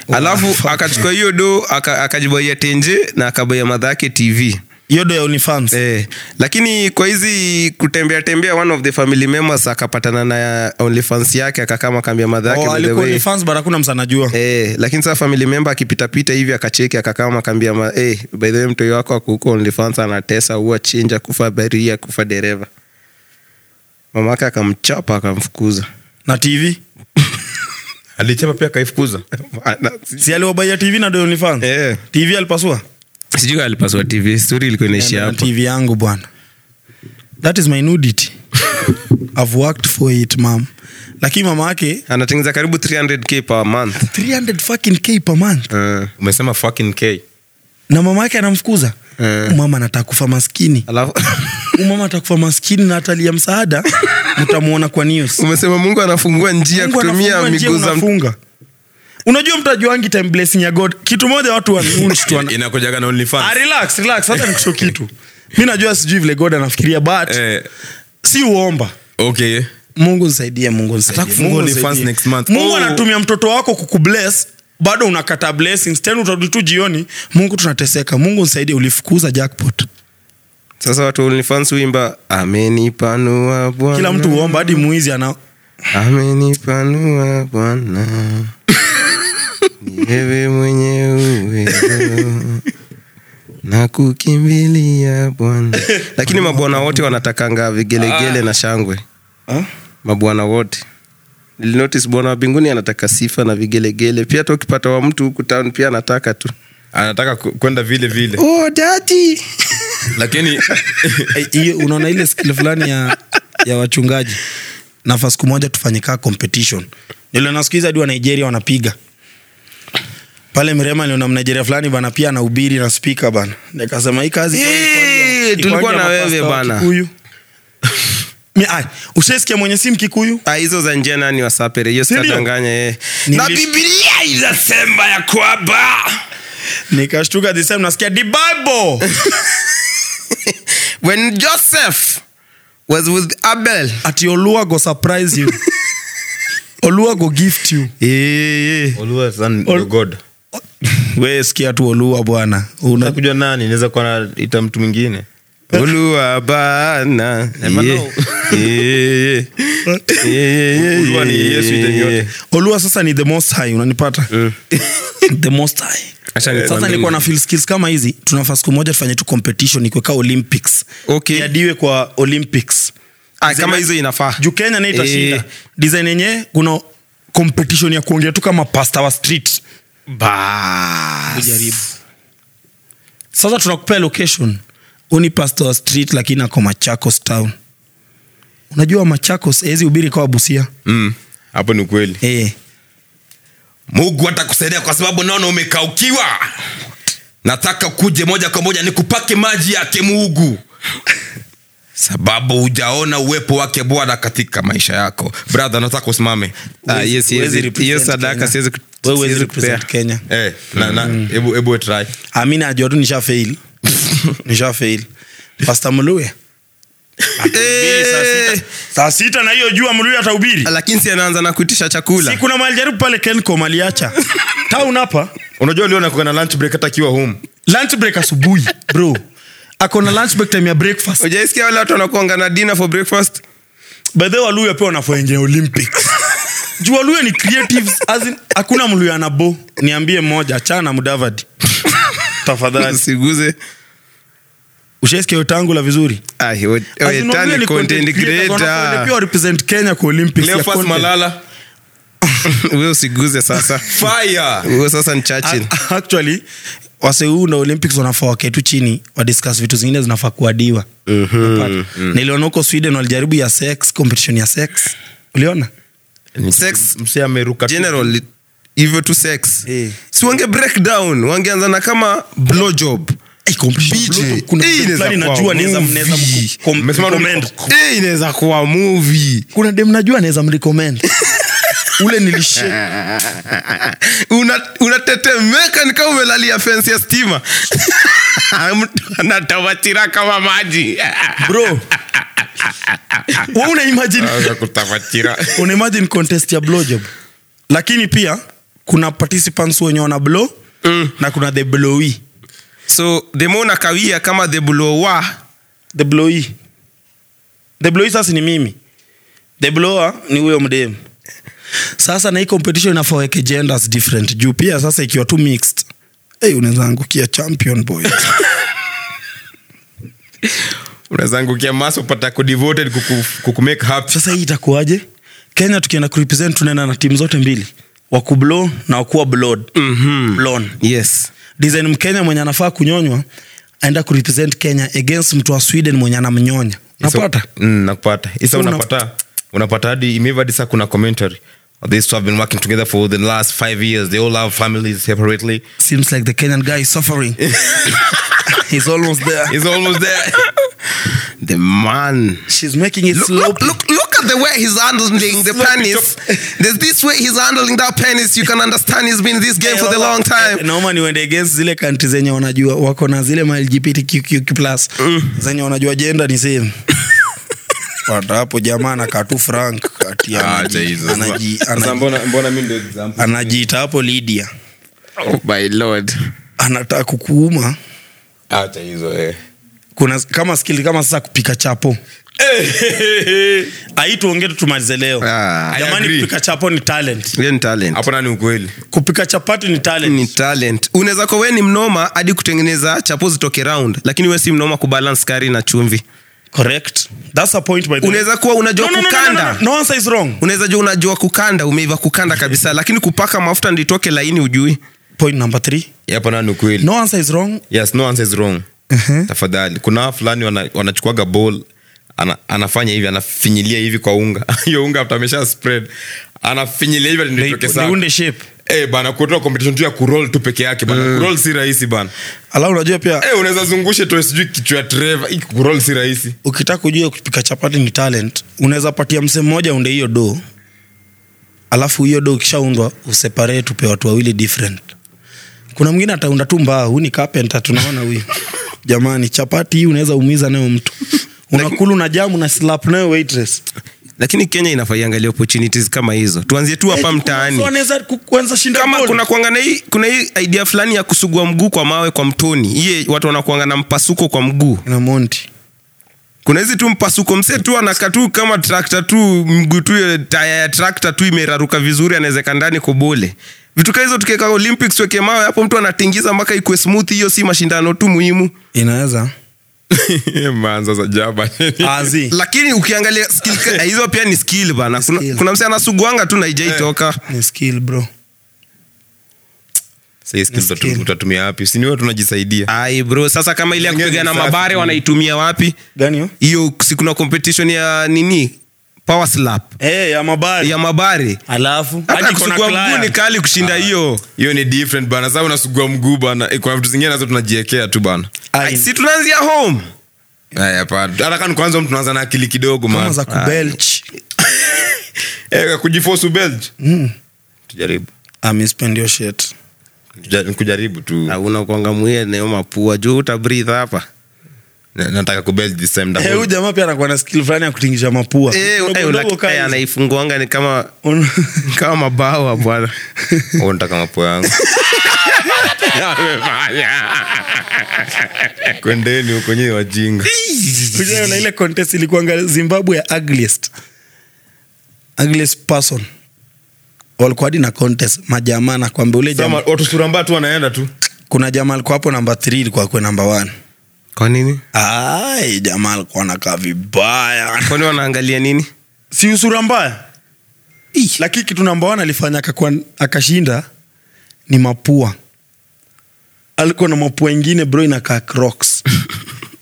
Oh, alafu akachukua hiyo do aka- akajibaia tenje na akabaia madhake tv
hiyo ndo ya only fans
eh, lakini kwa hizi kutembea tembea one of the family members akapatana na onlyfans yake akakama kambia madhake
oh,
by the
alikuwa
way.
only fans bana kuna msanajua
Eh, lakini sasa family member akipitapita hivi akacheki akakama akaambia ma, eh, by the way mtoi wako ako huko OnlyFans anatesa huwa chinja kufa abiria kufa dereva mamake akamchapa akamfukuza
na tv
alichapa pia
<laughs>
akaifukuza
si aliwabaia tv na ndo ya only fans
Mm. Eh.
tv alipasua
sijui alipaswa tv stori ilikuwa inaishia
Neno na
hapo
tv yangu bwana that is
<laughs>
my nudity i've worked for it mam lakini mama yake
anatengeneza karibu 300k per month
300 fucking k per month
Eh,
umesema fucking k
na mama yake anamfukuza
Eh.
umama anataka kufa maskini
alafu <laughs>
umama atakufa maskini na atalia msaada mtamuona kwa news
umesema mungu anafungua njia
Mungu
kutumia
anafungua njia,
miguu za
unafunga unajua mtu ajuangi time blessing ya god kitu moja watu wanunshtu
inakujaga na OnlyFans.
Ah, relax relax
<laughs>
hata nikusho kitu mi najua sijui vile god anafikiria but
Eh,
si uomba
okay
mungu nisaidie mungu nisaidie,
Nataka kufungua
Mungu
OnlyFans
nisaidie.
next month.
mungu
Oh.
anatumia mtoto wako kukubless bado unakata blessings tena utarudi tu jioni mungu tunateseka mungu nisaidie ulifukuza jackpot
sasa watu wa OnlyFans huimba amenipanua bwana
kila mtu uomba hadi muizi ana
amenipanua bwana ni wewe mwenye uwezo na kukimbilia bwana lakini mabwana wote wanatakanga vigelegele na shangwe
ah?
mabwana wote nilinotice bwana wa mbinguni anataka sifa na vigelegele pia hata ukipata wa mtu huku town pia anataka tu
anataka ku- kwenda vile vile
oh, dadi
lakini
<laughs> Eh, hiyo unaona ile skill fulani ya, ya wachungaji nafaa siku moja tufanye kaa competition nilio nasikiza hadi wa nigeria wanapiga pale mirema niliona mnigeria fulani bana pia anahubiri na spika bana nikasema hii kazi ifanye kwanza-
Eh, tulikuwa
ifanye
na
mapasta
wewe
wa
bana.
Kikuyu. <laughs> Mi- ai, ushaisikia mwenye si mkikuyu
<laughs> Ah, hizo za njia nani wasapere hiyo
Sindio?
sitadanganya eh.
Nili-
na bibilia inasema ya kwamba
nikashtuka this
<laughs>
time nasikia the bible
when joseph was with abel
ati olua go
<laughs>
surprise you olua go gift you
Oluwa San-
Ol-
God.
we skia tu olua bwana Una-
Unakuja nani naweza kuwa naita mtu mwingine
uluabana
Emmanuel. <laughs> Uluwa ni Yesu itenyote.
olua Eh, sasa ni the most high unanipata
Eh.
<laughs> the most high sasa nilikuwa na feel skills kama hizi tunafaa siku moja tufanye tu competition ikweka olympics
Okay.
iadiwe kwa olympics
Eh. Ah, kama hizo inafaa
juu kenya na itashinda
Eh.
design yenyewe kuna competition ya kuongea tu kama pasta wa street Ujaribu. sasa tunakupea location uni pasta wa street lakini ako machakos town unajua machakos ezi ubiri kawa busia
Mm. hapo ni kweli
eh.
mungu atakusaidia kwa sababu naona umekaukiwa nataka kuje moja kwa moja nikupake maji yake mugu sababu hujaona uwepo wake bwana katika maisha yako brother nataka usimame
Ah, yes, yes,
Huwezi
it- hiyo
represent
sadaka
Kenya.
siwezi
Wewe huwezi
siwezi kupea Mm.
represent kenya
Eh, na- na- hebu- hebu we try.
ami najua tu nisha fail <laughs> nisha fail pasta mlue
Eh,
saa sita na hiyo jua mlue ataubiri
lakini si anaanza na kuitisha chakula
si kuna mahali jaribu pale kencom <laughs> aliacha town hapa
unajua uliona kuna lunch break hata akiwa home
lunch break asubuhi bro akona lunch break time ya breakfast
ujaisikia wale watu wanakuanga na dinner for breakfast
by the way waluya pia wanafuengia olympics juu waluya ni creatives as in hakuna mluya anabo niambie mmoja achana na <laughs> mudavadi tafadhali
siguze
<laughs> ushaisikia tangula vizuri
Ah, yo-
As
yo,
in, Waluya
tani
ni
content
content creators, wanafuendia pia
creator.
wa represent kenya kwa olympics ya
Cleophas
content.
<laughs>
malala
Wewe usiguze sasa
fire
Wewe sasa ni Churchill.
A- actually waseu na olympics wanafaa waketu chini wadiscuss vitu zingine zinafaa kuadiwa
Mhm.
Unapata?
Mm.
niliona huko sweden walijaribu ya sex competition ya sex uliona Ah,
Sex
msee ameruka tu.
general hivyo tu sex
Eh.
si wange breakdown wangeanza na kama blowjob
Hey, competition
BJ,
bro, kuna
hii
vitu
inaweza
fulani
kuwa
najua naweza-
movie.
naweza mku- com-
Mmesema
recommend.
Eh, inaweza kuwa movie
kuna dem najua naweza mrecommend
<laughs>
ule nilishe
Una- unatetemeka ni kama umelalia fensi ya stima <laughs> mtu anatamatira kama maji
bro we una imagine
Anza kutafatira.
una imagine contest ya blowjob lakini pia kuna participants wenye wana blow
Mm.
na kuna the blowee
so demo unakawia kama the blower
the blower the blower sasa ni mimi the blower ni huyo mdem sasa na hii competition inafaa weke genders different juu pia sasa ikiwa tu mixed hey, unaweza angukia champion boy
unaweza angukia maso upata ako devoted kuku- kukumake happy
sasa hii itakuwaje kenya tukienda kurepresent tunaenda na timu zote mbili wakublow na wakuwa blod mm-hmm. blon
yes
design mkenya mwenye anafaa kunyonywa aenda kurepresent kenya against mtu wa sweden mwenye anamnyonya napata
Mm, nakupata isa
Una-
unapata unapata hadi imeiva hadi saa kuna commentary these two have been working together for the last five years they all have
<laughs>
families separately
seems like the kenyan guy is suffering
Eh.
<laughs> he's almost there
It's almost there
<laughs> the man
she's making it
Look,
slow
look, look, look at the way he's handling
<laughs>
the penis. There's this way he's handling that penis. You can understand he's been in this game for the long
Eh,
time.
naomba niende against zile kanti zenye wanajua wako na zile ma lgbtqq plus
Mm.
zenye wanajua jenda ni
<laughs>
sehemu Pata hapo jamaa anakaa tu frank ati
Ah,
anaji- anaji- anaji- anajiita hapo lydia
Oh my lord.
anataka kukuuma
acha hizo eh.
kuna kama skili kama sasa kupika chapo ai tuongee tu tumalize leo
Eh, Ah, I
jamani
agree.
kupika chapo ni talent
Hiyo ni talent.
hapo nani ukweli
kupika chapati ni
ni
talent
talent unaweza kuwa we ni mnoma hadi kutengeneza chapo zitoke round lakini we si mnoma kubalance kari na chumvi
correct that's a point by the way.
unaweza kuwa unajua
no, no, no, no,
kukanda
no, no, no answer is wrong
unaweza jua unajua kukanda umeiva kukanda kabisa lakini kupaka mafuta nditoke laini ujui
point number three
hapo nani ukweli
no answer is wrong
yes no answer is wrong
Uh-huh.
tafadhali kuna hawa fulani wana- wanachukuaga ball ana, anafanya hivi anafinyilia hivi kwa unga <laughs> hiyo unga after amesha spread anafinyilia hivi ndio itoke sawa
niunde shape
eh bana kutoa competition tu ya kuroll tu peke yake bana kuroll si rahisi bana
alafu unajua pia
eh unaweza zungushe tu sijui kichwa ya Trevor hii kuroll si rahisi <laughs>
ukitaka kujua kupika chapati ni talent unaweza patia mse mmoja unde hiyo do alafu hiyo do ukishaundwa useparate tupe watu wawili different kuna mwingine
<laughs>
ataunda tu mbao huu ni carpenter tunaona huyu jamani chapati hii unaweza umiza nayo mtu unakula unajamu na slap nayo waitress
lakini kenya inafaa iangalie opportunities kama hizo tuanzie tu hapa mtaani
So Eh, wanaweza ku- kuanza shinda
kama
goal.
kuna Eh, kuanga na hii kuna hii idea fulani ya kusugua mguu kwa mawe kwa mtoni iye watu wanakuanga na mpasuko kwa mguu
na monti
kuna hizi tu mpasuko mse tu anaka tu kama trakta tu mguu tu eh, taya ya trakta tu imeraruka vizuri anawezeka ndani kobole vitu kaa hizo tukiweka olympics tuweke mawe hapo mtu anatingiza mpaka ikwe smooth hiyo si mashindano tu muhimu
inaweza
manza za Eh, <laughs> jaba
azi
lakini ukiangalia skill <laughs> ka- hizo pia ni skill Eh. bana kuna,
skill.
kuna mse anasuguanga tu na ijaitoka
ni skill bro
Sasa hii skill
Nasikia.
utatu- utatumia wapi si ni wewe tunajisaidia
ai bro sasa kama ile ya
Nyingine
kupigana
ni safi.
mabare wanaitumia wapi
gani hiyo
hiyo si kuna competition ya nini power slap
eh ya mabari
ya mabare
alafu
hata
Hadi kuna
kusukua
client.
mguu ni kali
Ah.
kushinda hiyo
hiyo ni different bana sasa unasugua mguu bana Eh, kuna vitu zingine nazo tunajiekea tu bana
Ai,
si tunaanzia home
Haya, hapana. hata kama ni kwanza mtu tunaanza na akili kidogo
kama
man Ah.
za kubelch
eh kujiforce ubelge
Mm.
tujaribu
Ah, amispend your shit
Tuja- kujaribu tu
una kuangamwia nayo mapua juu utabreathe hapa
Na- nataka kubelge this time
Eh, huyu
ndio
jamaa pia anakuwa na skill fulani ya kutingisha mapua
Eh,
Ndogo
eh,
ndogo
ulaki-
kali.
eh, anaifunguanga ni kama
<laughs> Un-
kama mabawa bwana
oh nataka mapo yangu kwendeni huko nyewe wajinga
Unajua na ile contest ilikuanga zimbabwe ya ugliest ugliest person walikuwa hadi na contest majamaa na kwamba ule
Sama,
jamaa
watu sura mbaya tu wanaenda tu
kuna jamaa alikuwa hapo namba 3 ilikuwa kwa namba 1
kwa nini
ai jamaa alikuwa anakaa vibaya
kwani wanaangalia nini
si usura mbaya lakini kitu namba wan alifanya akakuwa akashinda ni mapua alikuwa na mapua ingine bro inakaa
<laughs>
crocs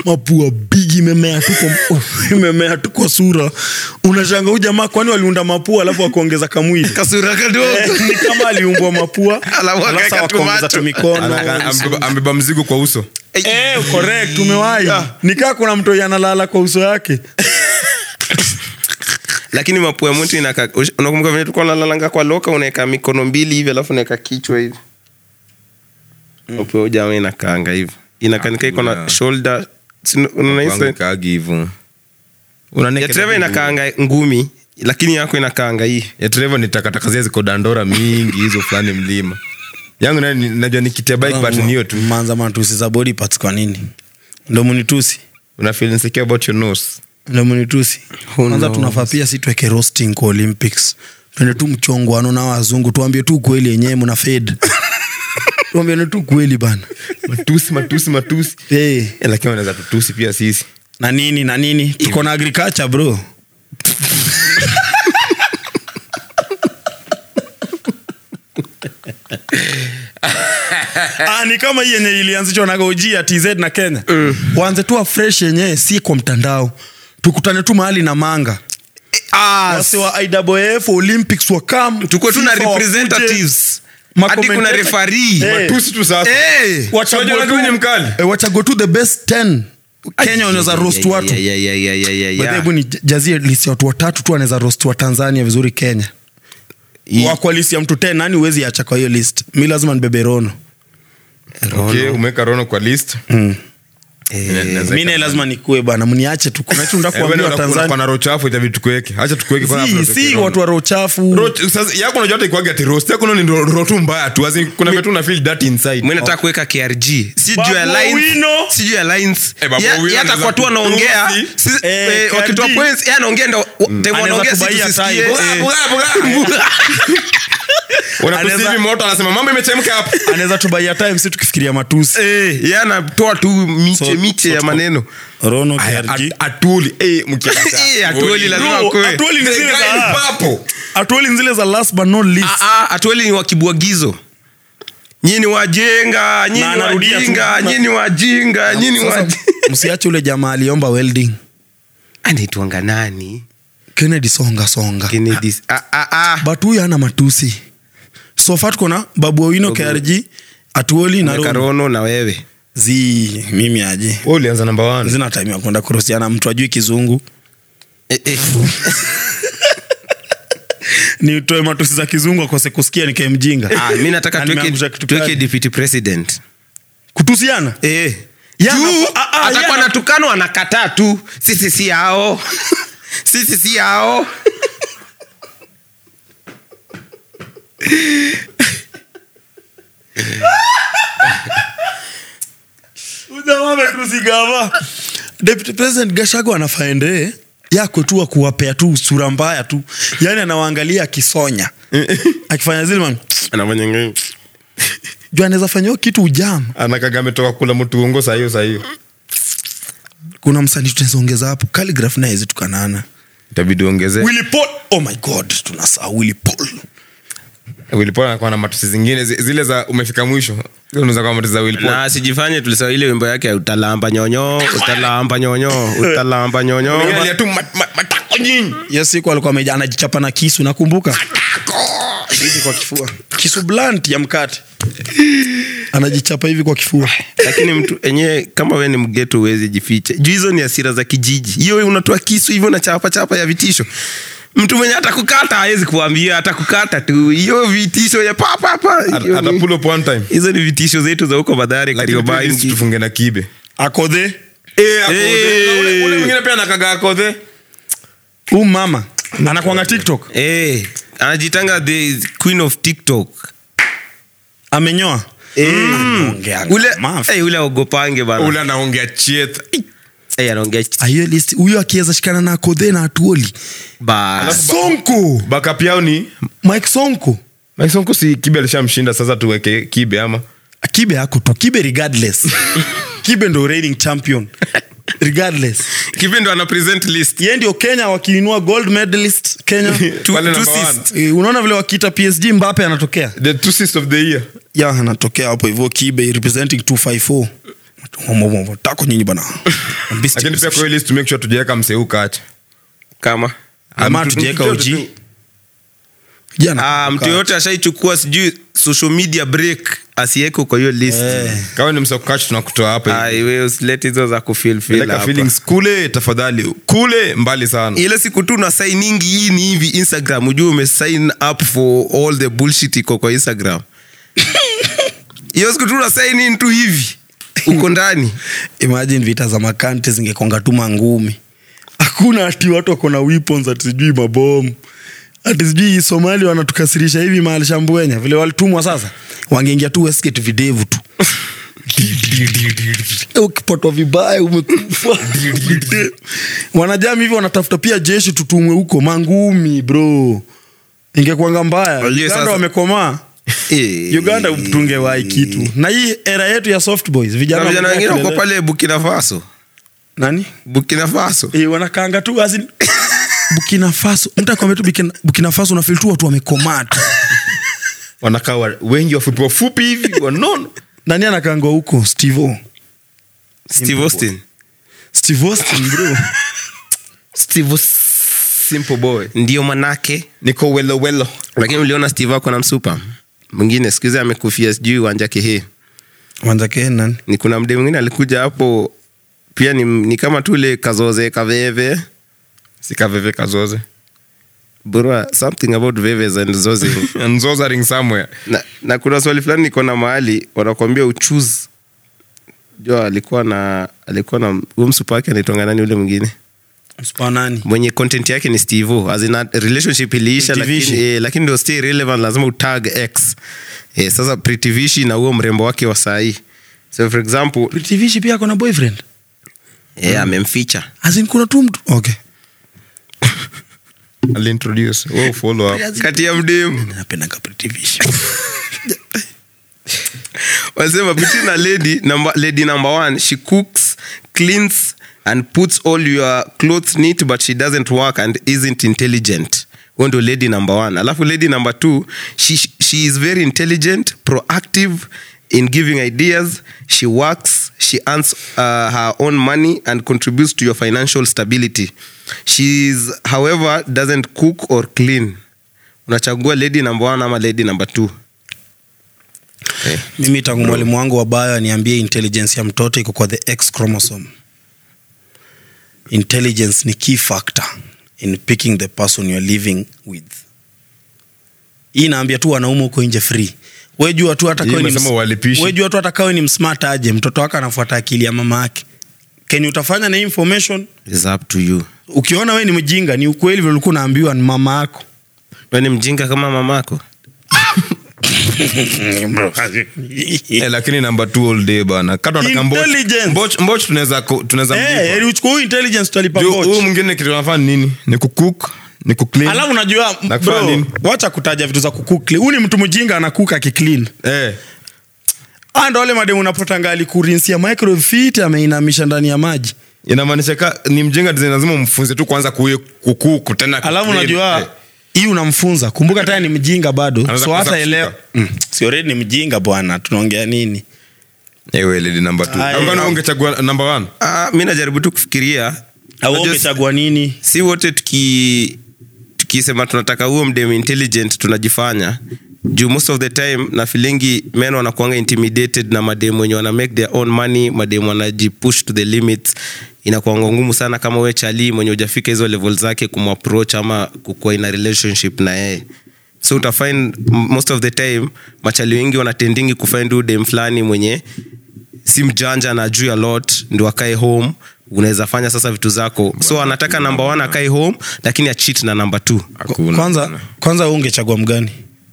mapua bigi imemea tu kwa- oh, imemea tu kwa sura unashanga huu jamaa kwani waliunda mapua alafu wakaongeza
<laughs>
kamwili
kasura
Eh,
kadogo
ni kama aliumbwa
<laughs>
mapua alafu
akaweka
sasa
tu
wakaongeza
macho.
tu mikono
Anaka- ambeba- ambeba mzigo kwa uso
Eh, correct umewahi
Ah.
nikaa kuna mtoi analala kwa uso yake
lakini mapua ya mtu inaka ush- unakumbuka venye tulikuwa nalalanga kwa loka unaweka mikono mbili hivi alafu unaweka kichwa hivi mapua ya jamaa inakaanga hivi inakanika iko na
Hakuna.
shoulder si- unaona hiyo side?
Wangu kaagi hivyo
ya treva inakaanga ngumi lakini yako inakaanga hii
ya trevor ni takataka zile ziko dandora mingi hizo fulani mlima yangu nayo ni- najua nikitia bike but niyo tu
manza matusi za body parts kwa nini ndo munitusi
una feel insecure about your nose
ndo munitusi kwanza tunafaa pia si tuweke roasting kwa olympics twende tu mchongwano na wazungu tuambie tu kweli yenyewe mna fed tuambiane tu kweli bana
matusi matusi matusi
hey.
Eh, lakini wanaweza tutusi pia sisi
na nini na nini tuko na agriculture bro ah, ni kama hii yenye ilianzishwa na goji ya tz na kenya mm. wanze tu afresh yenyewe si kwa mtandao tukutane tu mahali na manga wasi wa iwf olympics wakam
Tukuwe Ah, tu na representatives. hadi kuna refarii
Eh.
matusi tu sasa
hey.
Wachague tu-
wachague tu the best 10 kenya wanaweza roast watu By the way, hebu ni jazie lisi ya watu watatu tu anaweza rost wa tanzania vizuri kenya yeah. wakwa lisi ya mtu te nani huwezi acha kwa hiyo list mi lazima nibebe rono
okay umeweka rono kwa list
mi naye lazima nikue bana mniache tu kuna chunda kuambia
kwa
tanzania
naro chafu itabidi tukuweke acha tukuweke kwanza
si,
alafu tuweke
si
rono.
watu wa roho chafu
Ro- sasa yako unajua hata ikwagi ati roast yako ni ro- ro tu mbaya tu As in, kuna vitu una feel that inside
mwenataka kuweka krg si
Babu
juu ya lines-
Owino.
si juu ya lines
Eh, Babu
Ya-
Owino
ya hata
anaweza
kwa tu anaongea
kutusi.
si-
Eh,
eh,
KRG.
wakitoa points yeye anaongea ndo time
Mm. Anaweza
anaongea si
kubaia
tusisikie.
time.
Eh.
Eh.
<laughs>
Wanakusihi
Anaweza-
moto anasema mambo imechemka hapa
<laughs> anaweza tubaia time si tukifikiria matusi
Eh, yeye anatoa tu miche
So-
miche
so
ya
tuko-
maneno
rono
Aya,
KRG.
at- atuli Eh, mkiacha.
<laughs> Eh, atueli lazima
Bro,
akue.
atueli ni
The
zile
guy
za-
in purple.
atuoli nzile za last but not least
Ah, ah, atueli ni wakibwagizo nyini wajenga
Na
nyini
anarudia tu.
wajinga nyini wajinga nyini
Sasa,
wajinga <laughs>
msiache ule jamaa aliomba welding
anaitwanga nani
kennedy songa songa
Kennedy. Ah, ah, ah.
but huyu ana matusi sofa tuko na babu owino krg atuoli na
Weka
Rono.
rono na wewe
zi mimi aje
Wewe ulianza namba one.
zina time ya kwenda kurosiana mtu ajui kizungu
Eh, eh.
nitoe matusi za kizungu akose kusikia nikae mjinga <laughs>
Ah, mi nataka
Na
tuweke-
nimeangusha kitu
tuweke
gani?
deputy president
kutusiana
eh,
juu
Ah, ah,
atakuwa
yana-
natukanwa anakataa tu sisi si
<laughs>
hao sisi si hao
deputy president gashago anafaendee yako tu akuwapea tu sura mbaya tu yaani anawaangalia akisonya
Eh.
akifanya zilman
anafanya ngai
ju anaweza fanya hiyo kitu ujam
anakaga ametoka kula mtuungo sahiyo sahiyo
kuna msanii tunawezaongeza hapo Calligraph naye hawezi tukanana
itabidi uongezee
Willy Paul. oh my god tunasaa Willy Paul.
wilipol anakuwa Eh, na matusi zingine zi- zile za umefika mwisho Zile unaweza kuwa matusi za wilipol
na sijifanye tulisahau ile wimbo yake utalamba nyonyo utalamba nyonyo utalamba nyonyo
tu mat- mat- matako nyinyi
hiyo siku alikuwa ameja- anajichapa na kisu nakumbuka hivi kwa kifua kisu blunt ya mkate anajichapa hivi kwa kifua
lakini mtu enyewe kama we ni mgeto uwezi jificha juu hizo ni asira za kijiji hiyo unatoa kisu hivyo na chapa chapa ya vitisho mtu mwenye atakukata hawezi kuambia atakukata tu hiyo vitisho ya papapa
atapull up one time
hizo ni vitisho zetu za huko badhari
lakini pia at least
kariobai
tufunge na kibe
akodhe
Eh, ule- ule mwingine pia anakaga akodhe
huu mama anakwanga tiktok
Eh, anajitanga the queen of tiktok
amenyoa Eh, Mm. Anaongeanga
ule
mafi.
eh, ule aogopange
ule
bana
anaongea chieta
Eh, anaongea
Ah, hiyo list huyo akiweza shikana na akodhe na atuoli
bas
sonko
backup yao ni
mike sonko
Maisonko si kibe alishamshinda sasa tuweke kibe ama
kibe ako tu kibe <laughs> regardless kibe ndo reigning champion regardless
kipindi ana present list
ye ndio kenya wakiinua gold medalist <laughs> kenya
Pale
two
number one.
sis-
Eh, unaona vile wakiita psg mbape anatokea
the two sis of the year
ya anatokea hapo hivyo kibe representing 254 Mwomomo, tako nyinyi <laughs> bana Mbisti-
lakini pia kwa hiyo list make sure tujaweka mseuka acha
kama
Ama
mtu-
hatujaweka
mtu-
OG.
mtu-
Kijana,
<laughs> ah, mtu yoyote ashaichukua sijui social media break asiweke kwa hiyo list
Eh.
kama ni mseukaach tunakutoa hapa
Ah, iwe usilete hizo za kufilfil
peleka
hapa.
feelings kule tafadhali kule mbali sana
ile siku tu na signingi hii ni hivi instagram ujue ume sign up for all the bullshit iko kwa <laughs> instagram hiyo siku tu na sign in tu hivi uko ndani
imagine vita za makante zingekonga tu mangumi hakuna ati watu wako na weapons ati sijui mabomu ati sijui somali wanatukasirisha hivi mahali shambwenya vile walitumwa sasa wangeingia tu wesket videvu tu ukipatwa vibaya umekufa wanajami hivi wanatafuta pia jeshi tutumwe huko mangumi bro ingekwanga mbaya
Wajue
Uganda
sasa-
wamekomaa
<laughs> Eh.
uganda tungewai kitu na hii era yetu ya soft boys
Na
vijana
vijana
wamejaa
wengine wako
kulele-
pale burkina faso
nani
burkina faso
Eh, wanakaanga tu as in- <coughs> burkina faso mtu akwambia tu Burkina- burkina faso unafil tu watu wamekomaa tu
wanakaa wa- wengi wafupi wafupi hivi wanono
nani anakangwa huko stevo
steve austin
steve austin <laughs> bro
steve Aus-
simple boy
ndio manake
niko welo welo
lakini uliona steve ako na msupa mwingine sikuhizi amekufia sijui uwanja kehee
wanzake nani
ni kuna mde mwingine alikuja hapo pia ni, ni kama tu ile kazoze kaveve
sikaveve kazoze
bro something about veves and zoze
nzoza ring somewhere
na, na kuna swali fulani niko na mahali wanakwambia uchuz jo alikuwa na alikuwa na huyo msupa wake anaitwanga nani ule mwingine
mspanani
mwenye content yake ni stevo azina relationship iliisha
Pritivishi.
lakini, eh, lakini ndio stay relevant lazima utag x eh, sasa pritivishi na huo mrembo wake wa sahii so for example
pritivishi pia ako na boyfriend
eh, amemficha
asin kuna tu mtu okay
aliintroduce wewe follow up
kati ya mdemu
napendanga pritivishi
wasema between a lady number, lady number one she cooks cleans and puts all your clothes neat but she doesn't work and isn't intelligent huyo ndio lady number one alafu lady number two she, she is very intelligent proactive in giving ideas she works she earns uh, her own money and contributes to your financial stability she is however doesn't cook or clean unachagua lady number one ama lady number two
mimi tangu mwalimu wangu wa bayo aniambie intelligence ya mtoto iko kwa the x chromosome intelligence ni key factor in picking the person you're living with hii inaambia tu wanaume huko nje free wejua tu hata
Yeye
kawe ni
umesema
ms-
walipishi.
wejua tu hata kawe ni msmart aje mtoto wake anafuata akili ya mama yake kenye utafanya na hii information
It's up to you
ukiona we ni mjinga ni ukweli vile ulikuwa unaambiwa ni mama yako <laughs>
we ni mjinga kama mamako
Eh, lakini number two all day bana kata nataka mboch
Intelligence.
mboch mboch tunaweza ku- tunaweza
Eh,
mlipa.
eli uchukue huyu intelligence tutalipa
Juu
coach.
huyu mwingine kitu anafanya nini ni kucook ni kuclean
alafu unajua
Na
bro,
kufanya nini?
wacha kutaja vitu za kukukli huyu ni mtu mjinga anakuka akiclean
eh
Ah, ndo wale mademu unapotanga alikurinsia microwave fit ameinamisha ndani ya maji
inamaanisha ka ni mjenga design lazima mfunze tu kwanza kuye kukuku tena
alafu
kuclean. Eh.
unajua hii unamfunza kumbuka taya ni mjinga bado
Anaweza
so
kukosa
hata elewa mm. sioredi ni mjinga bwana tunaongea nini
Eh,
Ewe lady number two.
Ah,
Au kwani
yeah.
Eh, ungechagua number one?
ah, mi najaribu tu kufikiria
au
Unajua
umechagua nini
si wote tuki tukisema tunataka huo mdem intelligent tunajifanya juu most of the time na filingi men wanakuanga intimidated na mademu wenye wana make their own money mademu wanajipush to the limits inakuanga ngumu sana kama we chali mwenye ujafika hizo level zake kumapproach ama kukuwa ina relationship na yeye so utafind m- most of the time machali wengi wanatendingi kufind huyu dem fulani mwenye si mjanja na juu ya lot ndio akae home unaweza fanya sasa vitu zako so anataka namba one akae home lakini achit na namba two
Hakuna.
kwanza kwanza wewe ungechagua mgani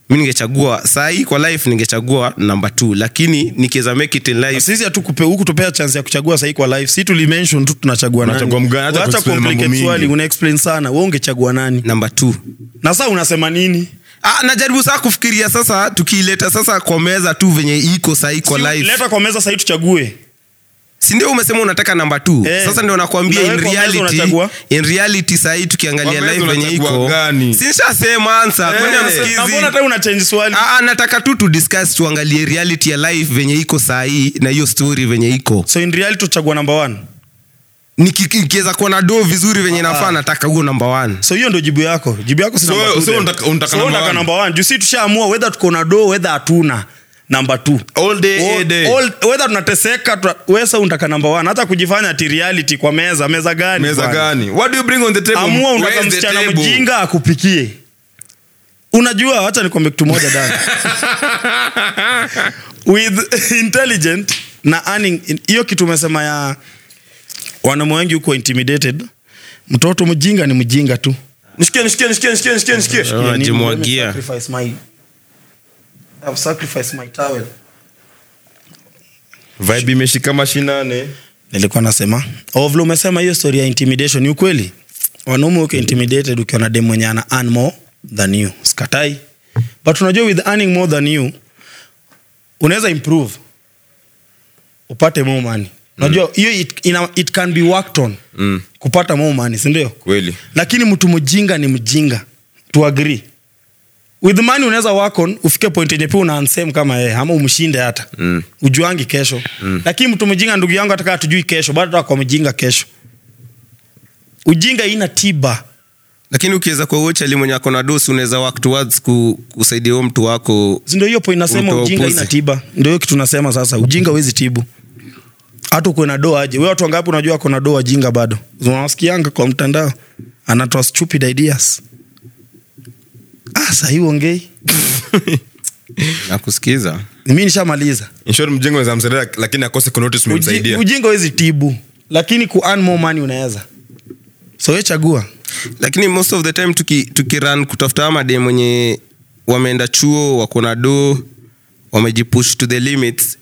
mi ningechagua sahii kwa life ningechagua namba two lakini nikiweza make it in life
Eh, sisi hatukupe huku tupea chance ya kuchagua sahii kwa life si tulimention tu tunachagua nani.
Unachagua mgani, hata
Wacha
kuexplain
complicate
mambo mingi.
swali, unaexplain sana we ungechagua nani
namba two
na saa unasema nini
ah, najaribu saa kufikiria sasa tukiileta sasa kwa meza tu venye iko sahii kwa
Si-
life
leta kwa meza sahii tuchague
si ndio umesema unataka namba two
Eh.
sasa ndio nakwambia
Na
in
wewe kwa meza
reality
unachagua?
in reality sahii tukiangalia
Kwa meza
life venye
unachagua
iko
gani?
sinshasema ansa
Eh.
kwenda
Sasa
Na
msikizi
mbona hata unachange swali
Ah, ah, nataka tu tu discuss tuangalie reality ya life venye iko sahii na hiyo story venye iko
so in reality tuchagua number one
Niki- nikiweza kuwa na doo vizuri venye
Ah.
nafaa nataka huo number one
so hiyo ndo jibu yako jibu yako si
So-
number two
so
then.
unataka- unataka
So
number
unataka
one.
number one. Juu si tushaamua wedha tuko na do wedha hatuna namba t
All day, all day.
wedha tunateseka tuna- wewe sasa unataka namba one hata kujifanya ti reality kwa meza meza gani
Meza
bwana?
gani? What do you bring on the table?
amua unataka
Where's the
msichana
table?
mjinga akupikie unajua wacha nikwambie kitu moja
<laughs>
dada with intelligent na earning hiyo kitu umesema ya wanaume wengi huko intimidated mtoto mjinga ni mjinga tu Yaani
Nishikie, nishikie, nishikie, nishikie, nishikie, nishikie.
Ah, najimwagia.
Vibe imeshika mashinane.
nilikuwa nasema "Oh, vile umesema hiyo story ya intimidation ni ukweli wanaume uko intimidated ukiwa na dem mwenye ana earn more than you sikatai but unajua with earning more than you unaweza improve upate more money unajua hiyo it, ina, it can be worked on mm. kupata more money si ndio
Kweli.
lakini mtu mjinga ni mjinga to agree with money unaweza work on ufike point yenye pia una unsame kama yeye ama umshinde hata mm. ujuangi kesho mm. lakini mtu mjinga ndugu yangu hata kama tujui kesho bado atakuwa mjinga kesho ujinga ina tiba
lakini ukiweza kuwa uchali mwenye ako na dosi unaweza work towards ku, kusaidia huo mtu
<laughs>
wako
Si ndio hiyo point nasema
Mtu
ujinga
upuzi.
ina tiba ndio hiyo kitu nasema sasa ujinga wezi tibu hata uko na doa aje wewe watu wangapi unajua ako na doa wajinga bado unawasikianga kwa mtandao anatoa stupid ideas ah sahi ongei
nakusikiza
mimi nishamaliza
In short, mjenga unaweza msaidia, lakini akose kunotice
Uji,
umemsaidia.
ujinga wezi tibu lakini ku earn more money unaweza so we chagua
lakini most of the time tuki, tukiran kutafuta amade mwenye wameenda chuo wako na do wamejipush to the limits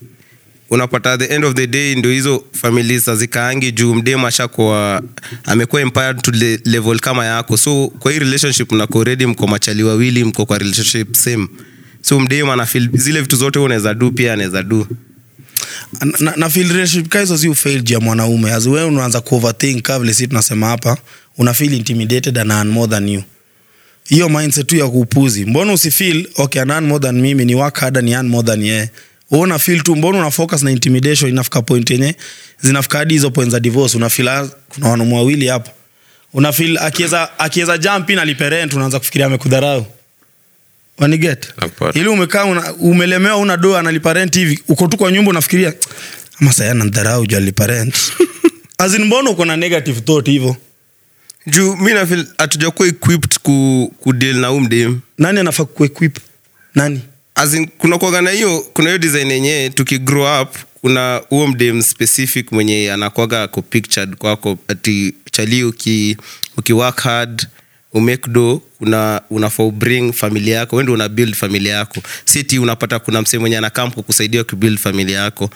unapata at the end of the day ndio hizo families hazikaangi juu mdem ashakuwa amekuwa empowered to le, level kama yako so kwa hii relationship mnako redi mko machali wawili mko kwa relationship same so mdem anafil zile vitu zote wewe unaweza du pia anaweza du
na, na- na feel relationship ka hizo si ufail ya mwanaume as wewe unaanza kuoverthink ka vile si tunasema hapa una feel intimidated and earn more than you hiyo mindset tu ya kuupuzi mbona usifeel okay ana earn more than mimi ni work harder ni earn more than yeye wewe una feel tu mbona una focus na intimidation inafika point yenye zinafika hadi hizo point za divorce una feel ah, kuna wanaume wawili hapo una feel akiweza akiweza jump in aliparent unaanza kufikiria amekudharau waniget
Nakupata.
ili umekaa una, umelemewa una doa analipa rent hivi uko tu kwa nyumba unafikiria ama saya nandharau ju alipa rent azin mbona uko na negative thought hivyo
juu mi nafil hatujakuwa equipped ku, ku deal na huu mdem
nani anafaa kuequip nani
as in, kuna kuaga na hiyo kuna hiyo design yenyewe tukigrow up kuna huo mdem specific mwenye anakwaga ako pictured kwako ati chali uki, uki work hard umake do una, unafaa ubring familia yako wendo una build familia yako si ti unapata kuna msee mwenye anakam kukusaidia kubuild familia yako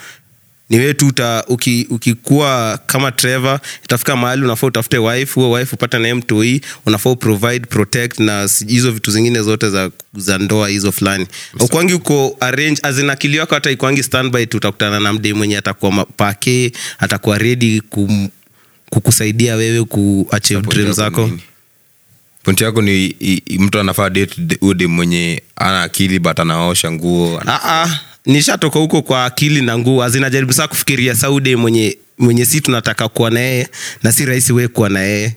ni wewe tu uta- uki- ukikuwa kama trevor itafika mahali unafaa utafute wife huo wife upata naye mtoi E, unafaa uprovide protect na si- hizo vitu zingine zote za, za ndoa hizo fulani ukwangi uko arrange azina akili yako hata ikwangi standby tu utakutana na mdei mwenye atakuwa ma- pake atakuwa redi kum, kukusaidia wewe kuachieve dream zako
pointi yako ni i, i, mtu anafaa date ude mwenye ana akili but anaosha nguo ana-
Ah, ah, nishatoka huko kwa akili na nguo zinajaribu saa kufikiria saude mwenye mwenye si tunataka kuwa na yeye na si rahisi wee kuwa na yeye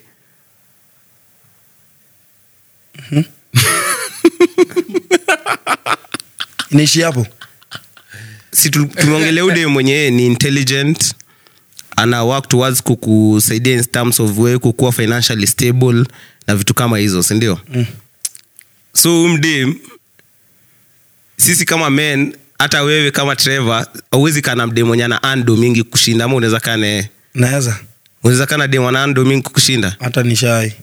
inaishi hapo
si tu- tumeongelea ude mwenyewe ni intelligent ana work towards kukusaidia in terms of we kukuwa financially stable na vitu kama hizo sindio mm. so huyu mdem sisi kama men hata wewe kama trevor auwezi kana mdem mwenye ana ando mingi kushinda ama unaweza kaa naye
naweza
unaweza kaa na dem ana ando mingi kukushinda
hata nishai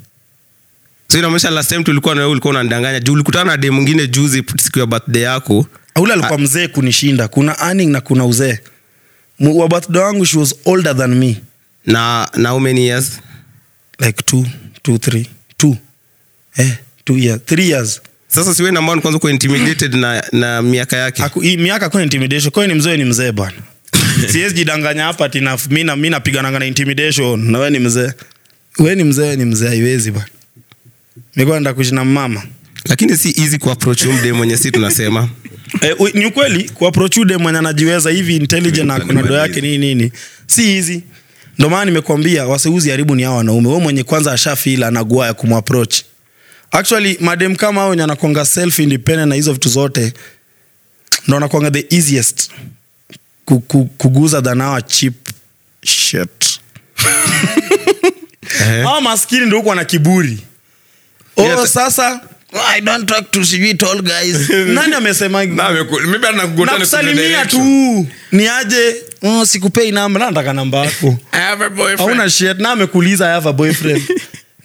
so inaonyesha last time tulikuwa nawe ulikuwa unandanganya juu ulikutana na dem mwingine juzi siku ya birthday yako
ule alikuwa mzee kunishinda kuna earning na kuna uzee Mu- wa birthday wangu she was older than me
na na how many years
like two two three two eh two years three years
sasa siwe na ambao kwanza uko intimidated na, na miaka yake
Aku, hii miaka kuna intimidation kwa hiyo ni mzee ni mzee bwana siwezi jidanganya hapa tina mimi napigananga na intimidation na wewe ni mzee wewe ni mzee wewe ni mzee haiwezi bwana nilikuwa nataka kuishi na mama
lakini si easy kuapproach huyu mdem mwenye si tunasema
Eh, u- ni ukweli kuaprochude mwenye anajiweza hivi intelligent na kuna do yake nini nini si hizi ndo maana nimekwambia waseuzi haribu ni hawa wanaume we mwenye kwanza ashafila anagua ya kumwaproach actually madem kama hao wenye anakwanga self independent na hizo vitu zote ndo anakwanga the easiest ku- ku- kuguza than hawa cheap shit hawa maskini ndo huku wana kiburi oh, sasa I don't talk to sijui tall guys. Nani amesema hivyo?
Ah,
Na ameku- maybe anakugota na
nakusalimia
kudirection.
tu ni aje oh, sikupei namba na nataka namba yako
I have a boyfriend.
auna shit na amekuuliza I have a boyfriend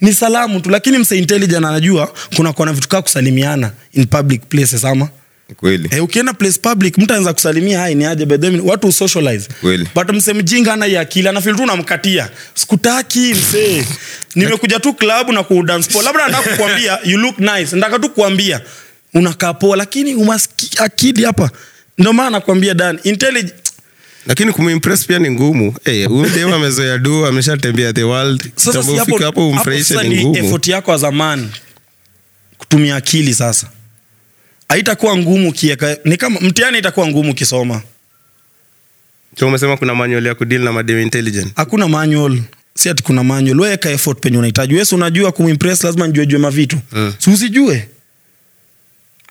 ni salamu tu lakini mse intelligent anajua kuna kuwa na vitu kaa kusalimiana in public places ama
kweli
Eh, ukienda place public mtu anaweza kusalimia hai ni aje by then watu husocialize
Kweli.
but mse mjinga ana akili anafil tu unamkatia sikutaki msee nimekuja tu klabu na kuudance poa labda nataka kukuambia you look nice nataka tu kukuambia unakaa poa lakini umaski akili hapa ndio maana nakwambia dan intelligent
lakini kumimpress pia ni ngumu hey, huyu mdem amezoea du ameshatembea the world
sasa
Kitambo
si hapo,
ufike hapo
hapo
umfurahishe
sasa
ni
ni
ngumu
effort yako ya zamani kutumia akili sasa haitakuwa ngumu ukieka ni kama mtihani itakuwa ngumu ukisoma
so umesema kuna manual ya kudeal na madem intelligent
hakuna manual si ati kuna manual weka effort penye unahitaji wewe si unajua kumimpress lazima nijuejue mavitu mm. si usijue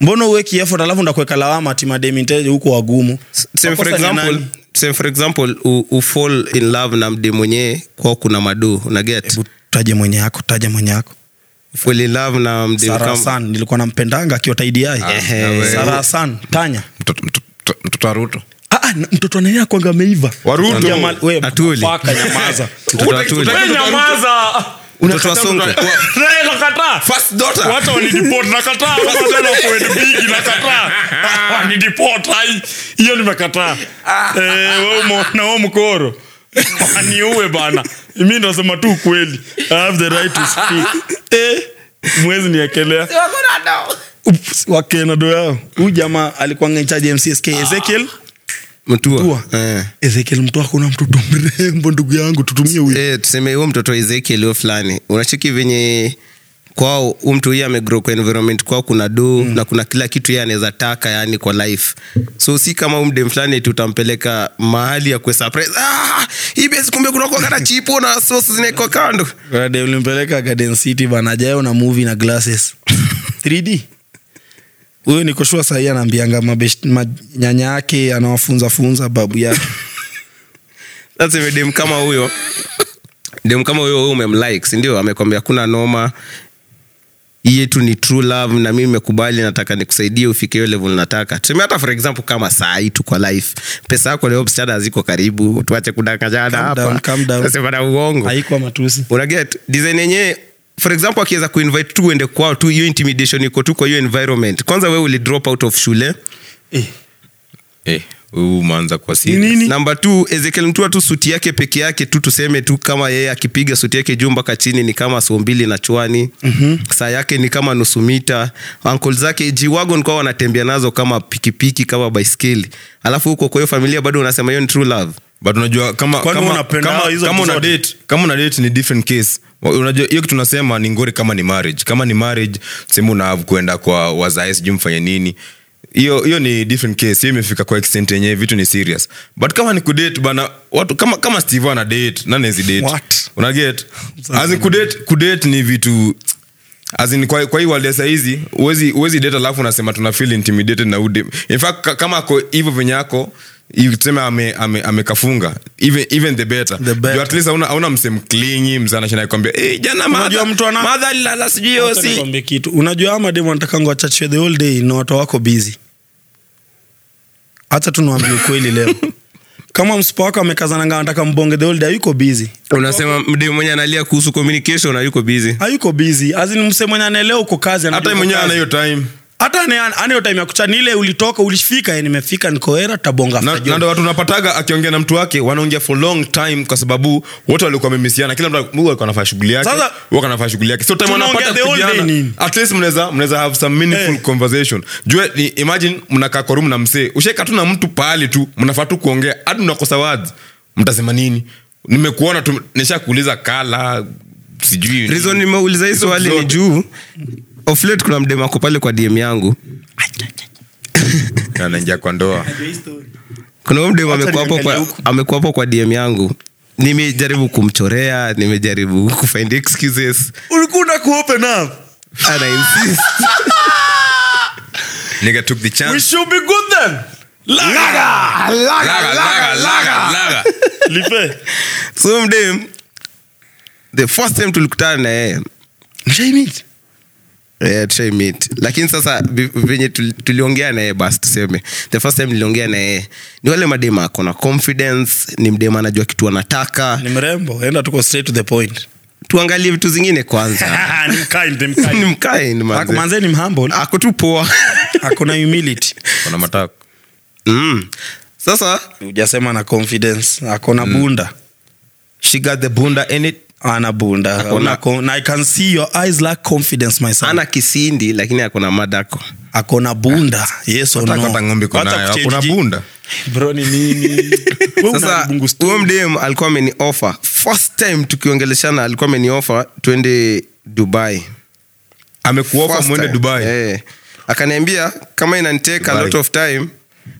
mbona uweki effort alafu ndakuweka lawama ati mademiteje huko wagumu
Same for
Makosa ni
example,
nani?
same for example u, u fall in love na mdem mwenyewe kwa kuna madu una get
Hebu taje mwenye yako taje mwenye yako
fall in love na mdem
Sarah
kama Ah,
Hassan nilikuwa nampendanga akiwa TDI
Ehe.
Sarah Hassan tanya
Mtoto- mtoto- mtoto wa ruto
ah, ah, na- mtoto anaye kwanga ameiva
Waruto.
Jamal- we,
Atuli.
paka, nyamaza
<laughs> Mtoto wa Tuli.
Wewe
nyamaza
Mtoto wa Sonko.
naye nakataa
first daughter
wacha wanidipot nakataa tena poet big nakataa wanidipot ai hiyo nimekataa Eh, wewe umeona wewe mkoro <laughs> waniue bana mi ndasema tu kweli i have the right to speak eh, mwezi niekelea
Ups, wakenado yao huyu jamaa alikuwa ngaichaji mcsk ezekiel
mtua
Mtua.
Eh.
ezekiel mtu akuna mtoto
<laughs>
mrembo ndugu yangu tutumie huyo
Eh, tuseme huo mtoto ezekiel huo fulani unachiki venye kwao huyu mtu huyu amegrow kwa environment kwao kuna do mm. na kuna kila kitu yeye anaweza taka yani kwa life so si kama huyu mdem fulani tutampeleka mahali ya kusurprise ah hii base kumbe kuna kwa kana chipo na sauce zinaekwa kando
Rade, ulimpeleka garden city bana jayo na movie na glasses <laughs> 3d huyo nikoshua sahii anaambianga mabesh- ma- nyanya yake anawafunzafunza babu yake
sasa hivi dem kama huyo dem kama huyo wewe umemlike si ndio amekwambia kuna noma hii yetu ni true love na mimi nimekubali nataka nikusaidie ufike hiyo level nataka tuseme hata for example kama saa hii tuko life pesa yako leo msichana haziko karibu tuache kudanganyana
Calm down,
hapa
calm down.
Tunasema na uongo
haikuwa matusi
unaget design yenyewe for example akiweza kuinvite tu uende kwao tu hiyo intimidation iko tu kwa hiyo environment kwanza wewe ulidrop out of shule
eh, huu umeanza kwa
Ni
siri
nini
namba t ezekiel mtua tu suti yake peke yake tu tuseme tu kama yeye akipiga suti yake juu mpaka chini ni kama soo mbili na chwani
Mhm.
mm-hmm. saa yake ni kama nusu mita ankl zake jiwagon kwao wanatembea nazo kama pikipiki kama baiskeli alafu huko kwa hiyo familia bado unasema hiyo ni true love
but unajua kama
Kwani
kama,
unapenda
kama,
hizo
kama una
episode?
date kama una date ni different case Wa- unajua hiyo kitu nasema ni ngori kama ni marriage kama ni marriage sema una have kwenda kwa wazae sijui mfanye nini hiyo hiyo ni different case hiyo imefika kwa extent yenyewe vitu ni serious but kama ni kudate bana watu kama kama steve ana date nani hizi date
What?
<laughs>
una get as in kudate kudate ni vitu as in kwa, kwa hii world ya saizi huwezi huwezi date alafu unasema tuna feel intimidated na ude in fact ka- kama ako hivyo venye ako you- tuseme ame- ame- amekafunga even, even the better,
The better.
You at least hauna hauna msem clingy msana shina kwambia hey, "Eh, jana
Unajua mtu ana-
madha alilala sijui hiyo
Wacha
si
nikwambie kitu unajua amadem anatakangu achachwe the whole day na watu wako bizi hacha tu niwambia ukweli leo kama msipa wako amekazananga anataka mbonge the whole day hayuko bizi
unasema mdemu mwenye analia kuhusu communication ayuko busy
hayuko bizi azini mse mwenye anaelewa uko kazi anajua
hata
uko
mwenyewe ana
kazi.
hiyo time
hata ana- ana hiyo time ya kucha ni ile ulitoka ulifika eh, nimefika nikoera tabonga
na
after
na
job.
ndo watu unapataga akiongea na mtu wake wanaongea for long time kwa sababu wote walikuwa wamemisiana kila mtu Mungu alikuwa anafanya shughuli yake
Sasa-
wao anafanya shughuli yake so time
Tunaongea
wanapata
the whole day
kujuana
nini?
at least mnaweza mnaweza have some meaningful
Eh.
conversation jue ni- imagine mnakaa kwa room na msee usheka tu na mtu pahali tu mnafaa tu kuongea hadi mnakosa words mtasema nini nimekuona tu nishakuuliza kala sijui
reason nimeuliza hii swali ni
zote.
juu of late kuna mdemu ako pale kwa dm yangu
anaingia kwa ndoa
kuna huyu mdemu
Wacha
amekuwa hapo kwa-
niangalie
amekuwa hapo kwa dm yangu nimejaribu kumchorea nimejaribu <laughs> kufind excuses
ulikuwa unakuopen up
ana
<laughs>
insist
nigga took the
we
chance
should be good then
<laughs>
laga
Ah, laga laga laga laga
lipe
so mdem the first time tulikutana na yeye Yeah, tushai meet. lakini sasa vi- venye tuli- tuliongea naye basi tuseme the first time niliongea naye ni wale madema akona confidence ni mdema anajua kitu anataka
ni mrembo enda tuko straight to the
<laughs>
point
tuangalie vitu zingine
<laughs>
kwanza
Ah, ni mkind, ni
ni
mkind.
mkae
Ako- manze ni <laughs> mhumble
ako tu poa <laughs>
akona humility
kuna matako
mm. sasa
ujasema na confidence akona
Mm.
bunda
she got the bunda in it
ana bunda
Akona-
Ako- na i can see your eyes lack confidence my son
ana kisindi lakini akona madako
akona bunda yes or
Matako
no
hata ng'ombe iko
Hata
nayo,
kuchange
hakuna
ji-
bunda
bro ni nini Wewe una
sasa
bungu stu-
huyo mdem alikuwa ameni offer first time tukiongeleshana alikuwa ameni offer twende dubai
amekuofa
First
mwende
time.
dubai
Eh. akaniambia kama inanitake a
Dubai.
lot of time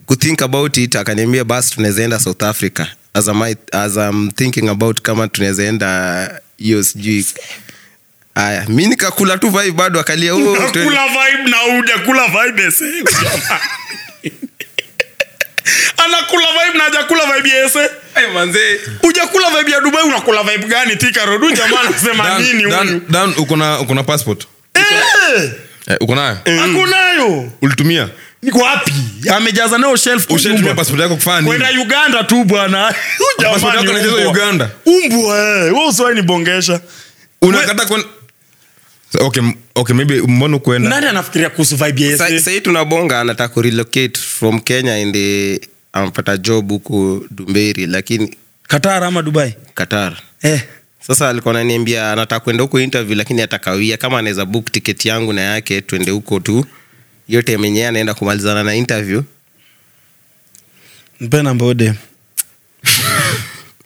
kuthink about it akaniambia basi tunawezaenda south africa as, I might, as I'm thinking about kama tunawezaenda hiyo sijui aya mi nikakula tu vibe bado akalia "Oh, twende."
Unakula vibe na hujakula vibe ese. <laughs> anakula vibe na hajakula vibe ya ese
Hey, manzee
hujakula vibe ya dubai unakula vibe gani tikarodu
<laughs>
jamaa anasema
Dan-
nini
Dan-
huyu
Dan, uko na- uko na passport
Eh,
Eh, uko nayo
hakunayo
ulitumia
niko wapi amejaza nayo shelf kwa
ushatumia
nyumba.
passport yako kufanya nini?
kwenda uganda tu bwana <laughs> Huyu jamaa
Passport yako
ni
inachezwa
umbwa.
Uganda.
umbwa eh. wewe usiwahi nibongesha
unakata kwenda- So, okay, m- okay, maybe mbona ukuenda
nani anafikiria kuhusu vibe ya
Sa-
ese?
sahii tunabonga anataka kurelocate from kenya ende amepata job huko dumberi lakini
Qatar ama dubai
qatar
eh
sasa alikuwa ananiambia anataka kwenda huko interview lakini atakawia kama anaweza book tiketi yangu na yake twende huko tu hiyo time yenyewe anaenda kumalizana na interview
mpe namba ode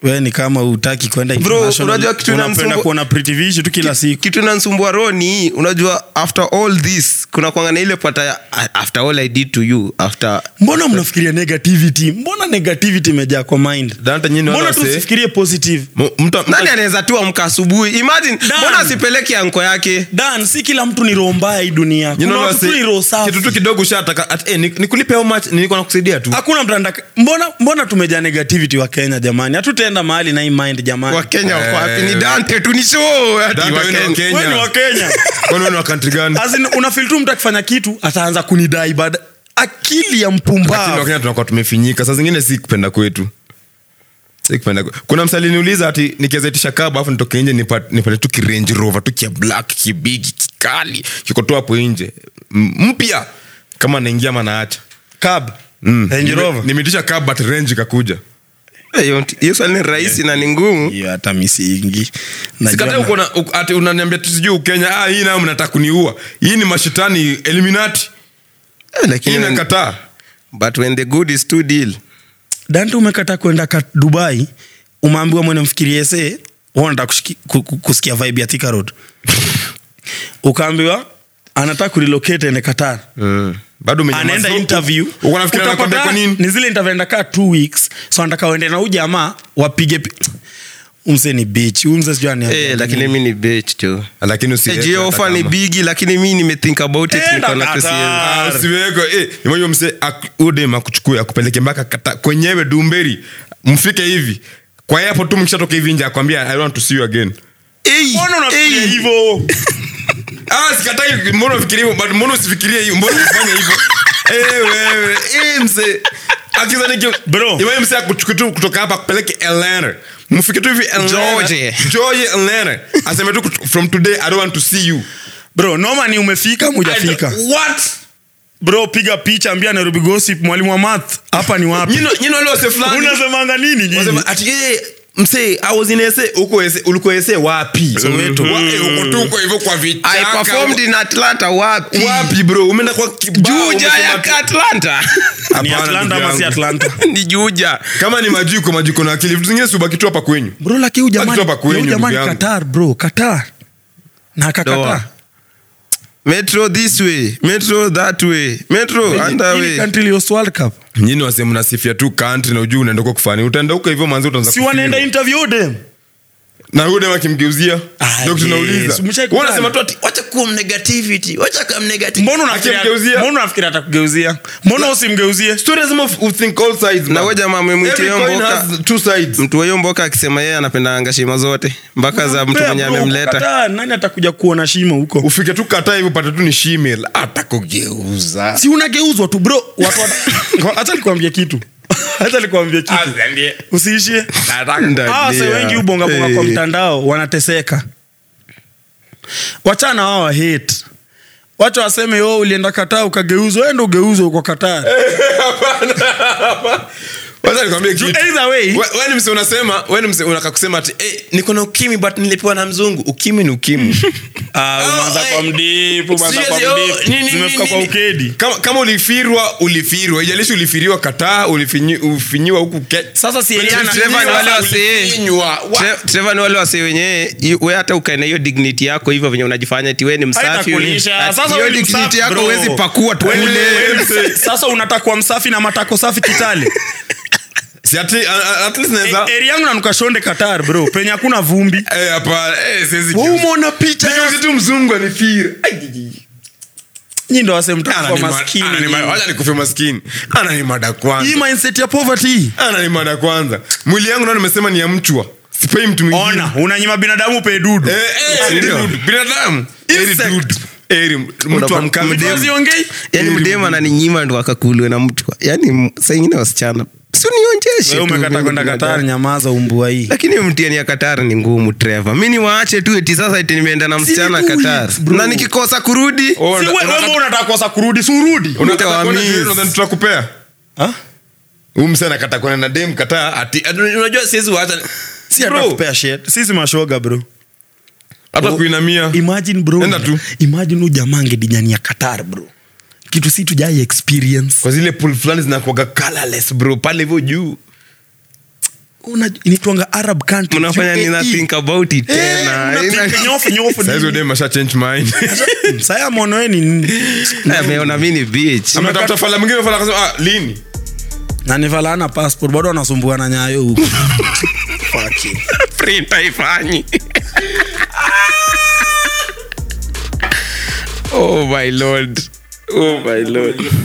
we ni kama utaki kwenda
Bro,
international.
unajua kitu
unapenda
inamsumbua-
kuona pretty vision tu kila siku
kitu nansumbua roho ni hii unajua after all this kuna kwanga na ile pata ya "A- after all i did to you after
mbona mnafikiria negativity mbona negativity imejaa kwa mind
Dante, nyinyi ni wale
mbona
wasee-
tusifikirie positive
M- mtu- mtu-
nani anaweza tu amka asubuhi imagine
Dan.
mbona asipeleke anko yake
dan si kila mtu ni roho mbaya hii dunia
you know
kuna
what
watu tu
I
ni roho
say?
safi
kitu tu kidogo ushataka at- eh, ni- nikulipe how much nilikuwa nakusaidia tu
hakuna mtu anataka- mbona, mbona tumejaa negativity wa kenya jamani hatutaenda tunaenda mahali na hii mind jamani
wakenya wako wapi ni
Eh.
dante tu ni show ati
Dante,
Wakenya.
wewe ni Wakenya.
Wewe ni wakenya
Kwani wewe ni wa country gani?
As in, unafeel tu mtu akifanya kitu ataanza kunidai baada akili ya
Lakini
mpumbavu
wakenya tunakuwa tumefinyika saa zingine si kupenda kwetu Si kupenda kwe- kuna msali niuliza ati nikiwezaitisha kaba afu nitoke nje nipa- nipate tu kirange rover tu kia black kibigi kikali kiko tu hapo nje M- mpya kama naingia ama naacha
Cab.
Mm.
Range
Nime-
Rover?
nimeitisha kaba but range ikakuja
Eh, Hiyo- hiyo swali ni rahisi na ni ngumu
hiyo hata misingi
Sikatai uko na- uko- ati unaniambia tu sijui ukenya ah, hii nayo mnataka kuniua hii ni mashitani eliminati
Eh,
hii
lakini when,
nakataa
but when the good is too deal
dante umekataa kwenda ka dubai umeambiwa mwene mfikirie se wanataka kusikia vibe ya Thika road ukaambiwa anataka kurelocate ende qatar
Mm. bado umenyamaza.
anaenda interview
Uko nafikiri anakwambia
Utapata
kwa nini
ni zile interview anakaa two weeks so anataka waende na huyu jamaa wapige pi- umse ni bitch huyu mzee sijui aniambia
eh,
nini.
lakini mi ni bech tu
lakini usiweke
Sijui
hata
offer ni
kama.
bigi lakini mi nimethink about it
Enda
nikaona tu
Qatar.
siwezi.
Ah, usiweke eh, imagine mse ak- udem akuchukue akupeleke mpaka kata kwenyewe dumberi mfike hivi kwa hapo tu mkishatoka hivi nje akwambia i want to see you again Eh.
Mbona unafikiria hivyo
ah sikatai mbona ufikirie hivyo but mbona usifikirie hivyo mbona usifanye hivyo eh wewe eh mse akiza niki
Bro.
imagine mse akuchukue tu kutoka hapa akupeleke Atlanta mfike tu hivi Atlanta
Georgia.
Georgia Atlanta aseme tu kut- from today i don't want to see you
bro noma ni umefika mujafika
I don't- what
bro piga picha ambia nairobi gossip mwalimu wa math hapa ni
<laughs>
wapi
you know you know lose fulani
unasemanga nini nyinyi?
Wasema, ati eh, msee i was in SA, huko SA, ulikuwa SA wapi
Mm-hmm.
soweto Wa- eh, uko tu uko hivyo kwa
I
vichaka.
performed in Atlanta wapi?
wapi bro umeenda kwa kibao,
Juja
umesema
ya
tu-
Atlanta. <laughs>
ni
Hapana,
atlanta
ndugu
ama si
yangu.
atlanta
<laughs>
ni Juja.
kama ni majuko majuko na akili vitu zingine subaki tu hapa kwenyu
bro laki huyu jamani-
Hadi topa kwenyu,
huyu jamani
ndugu yangu.
qatar bro qatar na akakataa
Doha. Metro this way, metro that way, metro under
Ili
way.
country ilihost World Cup.
nyini wasehemu nasifia tu kantri na ujuu unaenda kwa kufani utaenda huko hivyo manzi utaanza
si
kufiwa.
wanaenda interview dem
na huyu dem akimgeuzia
Ah,
ndio
yes.
tunauliza
Umeshaikubali?
wewe unasema tu ati
wacha kuwa mnegativity wacha kuwa mnegativity
mbona unafikiria-
Akimgeuzia?
mbona unafikiria atakugeuzia mbona usimgeuzie
story lazima u think all sides
Na
man.
wewe jamaa umemwitia
Every
hiyo
coin
mboka.
has two sides
Mtu wa hiyo mboka akisema yeye anapenda angashima zote mpaka za mtu mwenye
Bro, bro,
amemleta.
Qatar, nani atakuja kuona shimo huko
ufike tu kataa hivyo pate tu ni shimel atakugeuza
si unageuzwa tu bro Watu wana-
<laughs>
hacha nikuambie kitu <laughs> hacha nikuambie
Ah.
kitu usiishie hawa wase Ah, wengi hubongabonga
Eh.
kwa mtandao wanateseka wachana wao wa hate wacha waseme o ulienda kataa ukageuzwa endo ugeuzwa uko kataa
wacha nikwambie kitu
either way
We- we ni mse unasema we ni mse unaka kusema ati eh, niko na ukimwi but nilipewa na mzungu ukimwi ni ukimwi
ah, umeanza
eh,
kwa mdipu umeanza kwa
seriously, oh,
mdipu
nini, nini,
zimefika kwa
nini?
ukedi
kama, kama ulifirwa ulifirwa ijalishi ulifiriwa kataa ulifinyi- ufinyiwa huku ke-
sasa si
Penye
Eliana-
Trevor ni wale wasee.
Ulifinywa, Tre- Trevor ni wale wase wenyewe i- we hata ukae na hiyo dignity yako hivyo venye unajifanya ti we ni msafi
Haitakulisha.
Ati
Sasa
hiyo
wewe ni msafi,
dignity yako
bro.
huwezi pakua tukule
Wewe ni mse-
sasa unatakwa msafi na matako safi kitale
si ati- a- a- at least naweza-
eri yangu nanukashonde katar bro penye hakuna vumbi
Eh, hapa, eh, siwezi
Wewe
kiuza.
umeona picha
Nigeuze tu mzungu anifira Ai,
nyi ndo wasemtakwa
ana ni ma- ana ni ma-
maskini
wacha nikufe maskini ana ni mada
hii
kwanza
mindset ya poverty
ana ni mada kwanza mwili yangu nao nimesema ni ya mchwa sipei mtu mwingine.
ona unanyima binadamu pe dudu
Eh, eh,
Si
eri
ndio?
dudu. binadamu eri
Insect.
dudu. Eri m- mtu wa mkame.
ziongei
yani Yaani mdema ananinyima ndo akakulwe na mtu yani saingine wasichana
Wewe umekata kwenda Qatar,
siunionjeshe
nyamaza umbua hii
lakini mtiani ya katar ni ngumu treva mi niwaache tu eti sasa eti nimeenda na msichana
two
katar
weeks, bro.
na nikikosa kurudi
Oh,
Si
una-
wewe-
unataka-
wewe unataka kosa kurudi si urudi
unataka
Mtu wa
kuona
miss.
jioni, unadhani tutakupea huyu mse anakata kuona na dem kataa ati ati- unajua siwezi wacha
Si
Bro,
atakupea shit. sisi mashoga bro
hata
Bro,
kuinamia
imagine bro
Enda tu.
imagine huyu jamaa angedinyani ya qatar bro kitu si tujai experience
kwa zile pool fulani zinakuaga colorless bro pale hivyo juu
Una- initwanga arab country
mnafanya
UAE.
nina think about it
Eh,
tena
mna think nyofu, nyofu,
saizi
nini?
dem asha change
<laughs>
mind
eh. Sasa ya mwono we ni nini?
Eh, ameona mi ni bitch
ametafuta fala mwingine fala akasema ah lini
na nivalana passport bado anasumbua na nyayo huku Fucking.
printa <laughs> ifanyi oh my lord oh my lord